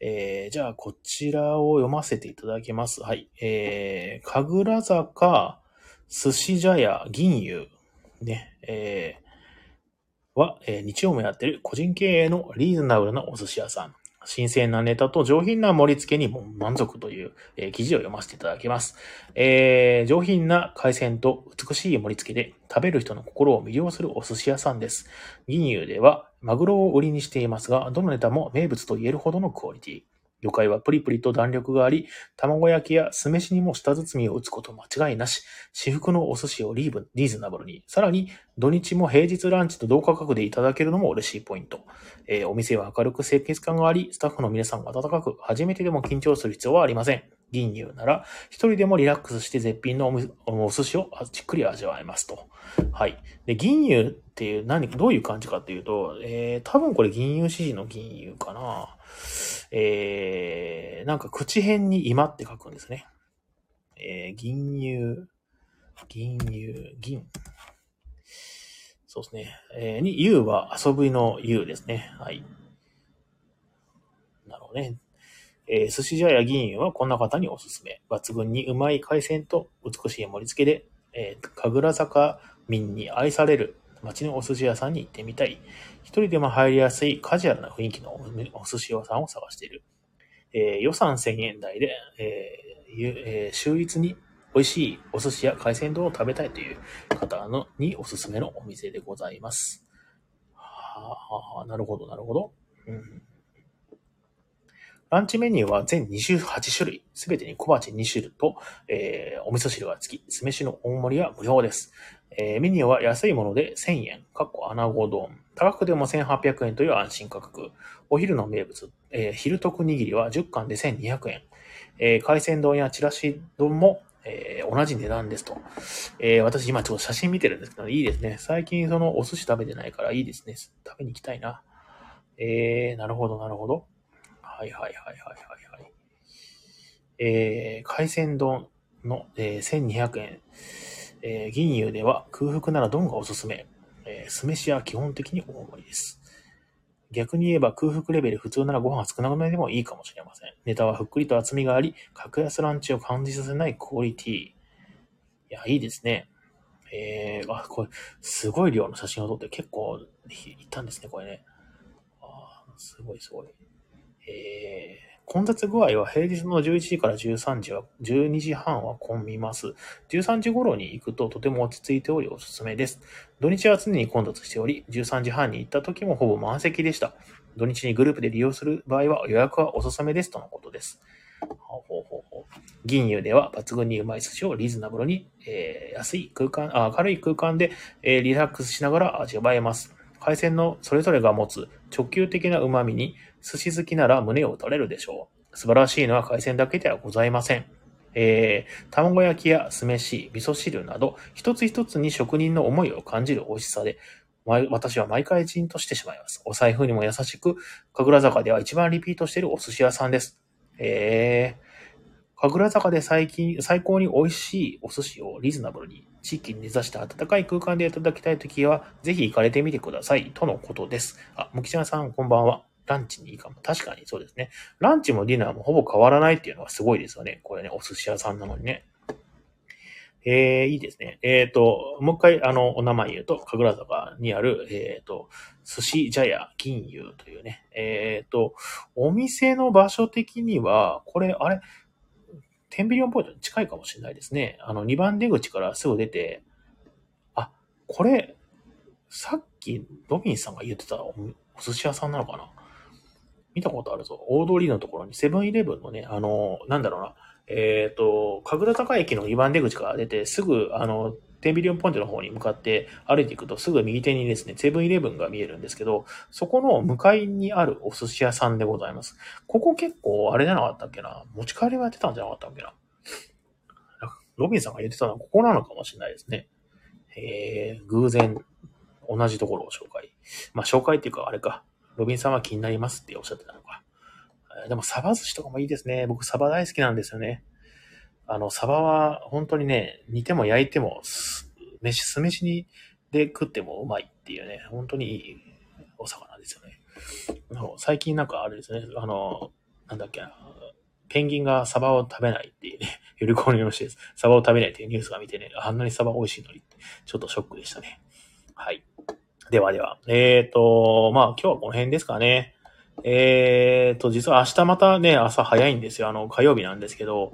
Speaker 1: えー、じゃあこちらを読ませていただきます。はい。えー、神楽坂、寿司茶屋、銀遊、ね、えー、は、えー日曜もやってる個人経営のリーズナブルなお寿司屋さん。新鮮なネタと上品な盛り付けにも満足という、えー記事を読ませていただきます。えー上品な海鮮と美しい盛り付けで食べる人の心を魅了するお寿司屋さんです。銀遊ではマグロを売りにしていますが、どのネタも名物と言えるほどのクオリティ。魚介はプリプリと弾力があり、卵焼きや酢飯にも舌包みを打つこと間違いなし、私服のお寿司をリーブリーズナブルに、さらに土日も平日ランチと同価格でいただけるのも嬉しいポイント。えーお店は明るく清潔感があり、スタッフの皆さんが温かく、初めてでも緊張する必要はありません。銀遊なら、一人でもリラックスして絶品のおみお寿司をあじっくり味わえますと。はい。で、銀遊っていう何、どういう感じかっていうと、えー、多分これ銀遊指示の銀遊かな。えー、なんか口辺に今って書くんですね。えー、銀遊、銀遊、銀。そうですね。えー、に、遊は遊びの遊ですね。はい。なるほどね。えー、寿司茶屋銀遊はこんな方におすすめ。抜群にうまい海鮮と美しい盛り付けで、えー、神楽坂民に愛される街のお寿司屋さんに行ってみたい。一人でも入りやすいカジュアルな雰囲気のお寿司屋さんを探している。えー予算1000円台で、えーゆえー週一に美味しいお寿司や海鮮丼を食べたいという方のにおすすめのお店でございます。はあはあはあ、なるほど、なるほど。うんランチメニューは全28種類、すべてに小鉢2種類と、えーお味噌汁が付き、酢飯の大盛りは無料です。えーメニューは安いもので1000円、かっこ穴子丼。高くても1800円という安心価格。お昼の名物、えー昼特握りは10貫で1200円。えー海鮮丼やチラシ丼も、えー同じ値段ですと。えー私今ちょっと写真見てるんですけど、いいですね。最近そのお寿司食べてないからいいですね。食べに行きたいな。えー、なるほど、なるほど。はいはいはいはいはい、はい。えー海鮮丼の、えー1200円。えー銀遊では空腹なら丼がおすすめ。えー酢飯は基本的に大盛りです。逆に言えば空腹レベル普通ならご飯は少なめでもいいかもしれません。ネタはふっくりと厚みがあり、格安ランチを感じさせないクオリティ。いや、いいですね。えー、あ、これ、すごい量の写真を撮って、結構ひいたんですね、これね。あーすごいすごい。えー、混雑具合は平日の11時から13時は、12時半は混みます。13時頃に行くととても落ち着いておりおすすめです。土日は常に混雑しており、13時半に行った時もほぼ満席でした。土日にグループで利用する場合は予約はおすすめですとのことです。ほうほうほうほう銀湯では抜群にうまい寿司をリーズナブルに、えー安い空間、あ軽い空間で、えーリラックスしながら味わえます。海鮮のそれぞれが持つ直球的な旨味に、寿司好きなら胸を打たれるでしょう。素晴らしいのは海鮮だけではございません。えー卵焼きや酢飯、味噌汁など、一つ一つに職人の思いを感じる美味しさで、ま私は毎回じんとしてしまいます。お財布にも優しく、神楽坂では一番リピートしているお寿司屋さんです。えー、神楽坂で最近、最高に美味しいお寿司をリーズナブルに、地域に根ざした温かい空間でいただきたいときは、ぜひ行かれてみてください、とのことです。あ、むきちゃんさん、こんばんは。ランチにいいかも。確かにそうですね。ランチもディナーもほぼ変わらないっていうのはすごいですよね。これね、お寿司屋さんなのにね。えー、いいですね。えっ、と、もう一回、あの、お名前言うと、神楽坂にある、えっ、と、寿司茶屋銀遊というね、えっ、と、お店の場所的には、これ、あれ、テンビリオンポイントに近いかもしれないですね。あの、2番出口からすぐ出て、あ、これ、さっきドミンさんが言ってたおお寿司屋さんなのかな見たことあるぞ。大通りのところにセブンイレブンのね、あの、なんだろうな、えっ、と、神楽坂駅の2番出口から出て、すぐ、あの、テンビリオンポイントの方に向かって歩いていくと、すぐ右手にですね、セブンイレブンが見えるんですけど、そこの向かいにあるお寿司屋さんでございます。ここ結構、あれじゃなかったっけな持ち帰りはやってたんじゃなかったっけなロビンさんが言ってたのはここなのかもしれないですね。えー、偶然、同じところを紹介。まあ、紹介っていうか、あれか。ロビンさんは気になりますっておっしゃってたのか。えーでも、サバ寿司とかもいいですね。僕、サバ大好きなんですよね。あの、サバは、本当にね、煮ても焼いても、す飯、酢飯に、で食ってもうまいっていうね、本当にいいお魚ですよね。なんか最近なんかあれですね、あの、なんだっけな、ペンギンがサバを食べないっていうね、 よりこのよろしいです。サバを食べないっていうニュースが見てね、あんなにサバ美味しいのにって、ちょっとショックでしたね。はい。ではでは。えっ、ー、と、まあ今日はこの辺ですかね。えっ、ー、と、実は明日またね、朝早いんですよ。あの、火曜日なんですけど、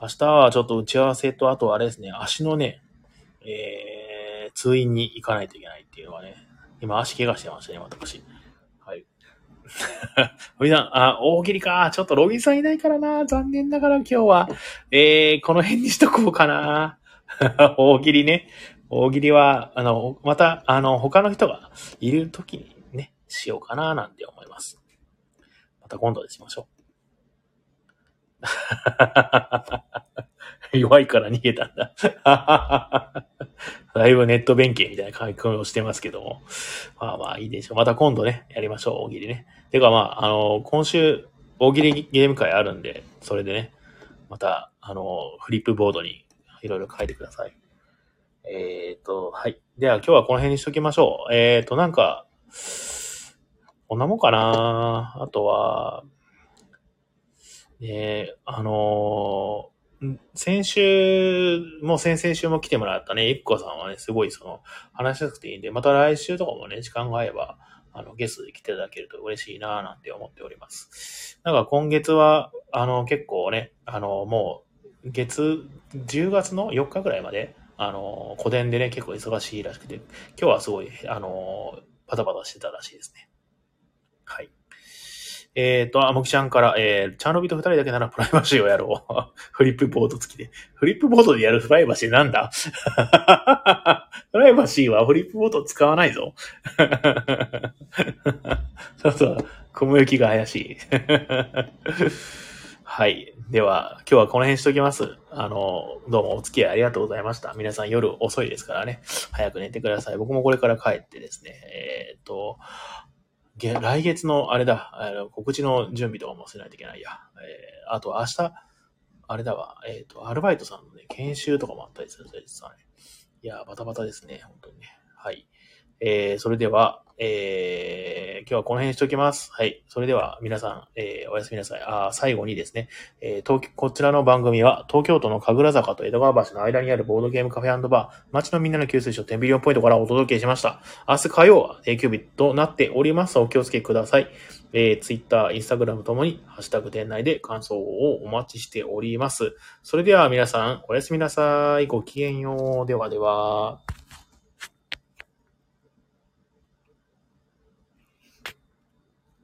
Speaker 1: 明日はちょっと打ち合わせと、あとあれですね、足のね、えー、通院に行かないといけないっていうのはね、今足怪我してましたね、私。はい。 ロビンさん、あ、大喜利か。ちょっとロビンさんいないからな。残念ながら今日は、えー、この辺にしとこうかな。 大喜利ね。大喜利は、あの、また、あの、他の人がいる時にね、しようかな、なんて思います。また今度でしましょう。 弱いから逃げたんだ。 だいぶネット弁慶みたいな書き込みをしてますけども。まあまあいいでしょう。また今度ね、やりましょう、大喜利ね。てかまあ、あの、今週、大喜利ゲーム会あるんで、それでね、また、あの、フリップボードにいろいろ書いてください。えっ、と、はい。では今日はこの辺にしときましょう。えっ、と、なんか、こんなもんかなあとは、えー、あのーん先週も先々週も来てもらったね、ゆっこさんはね、すごいその、話しやすくていいんで、また来週とかもね、時間が合えば、あの、ゲストで来ていただけると嬉しいなぁなんて思っております。なんか今月は、あの、結構ね、あの、もう、月、10月の4日ぐらいまで、あの、個電でね、結構忙しいらしくて、今日はすごい、あの、パタパタしてたらしいですね。はい。えっ、と、あもきちゃんから、えー、チャンロビと二人だけならプライバシーをやろう。 フリップボード付きで。フリップボードでやるプライバシーなんだ プライバシーはフリップボード使わないぞ。 そうそう、雲行きが怪しい。はい。では、今日はこの辺しときます。あの、どうもお付き合いありがとうございました。皆さん夜遅いですからね、早く寝てください。僕もこれから帰ってですね、えーっと、げ来月のあれだ、あの告知の準備とかもしないといけないや。えーあと明日、あれだわ、えーっと、アルバイトさんのね、研修とかもあったりするそうですね。いやー、バタバタですね、本当にね。はい。えー、それでは、えー、今日はこの辺にしておきます。はい。それでは皆さん、えー、おやすみなさい。あー最後にですね、えー東こちらの番組は東京都の神楽坂と江戸川橋の間にあるボードゲームカフェバー、街のみんなの給水所テンビリオンポイントからお届けしました。明日火曜は定休日となっております。お気をつけください。えー、Twitter、Instagram ともに、ハッシュタグ店内で感想をお待ちしております。それでは皆さん、おやすみなさい。ごきげんよう。ではでは。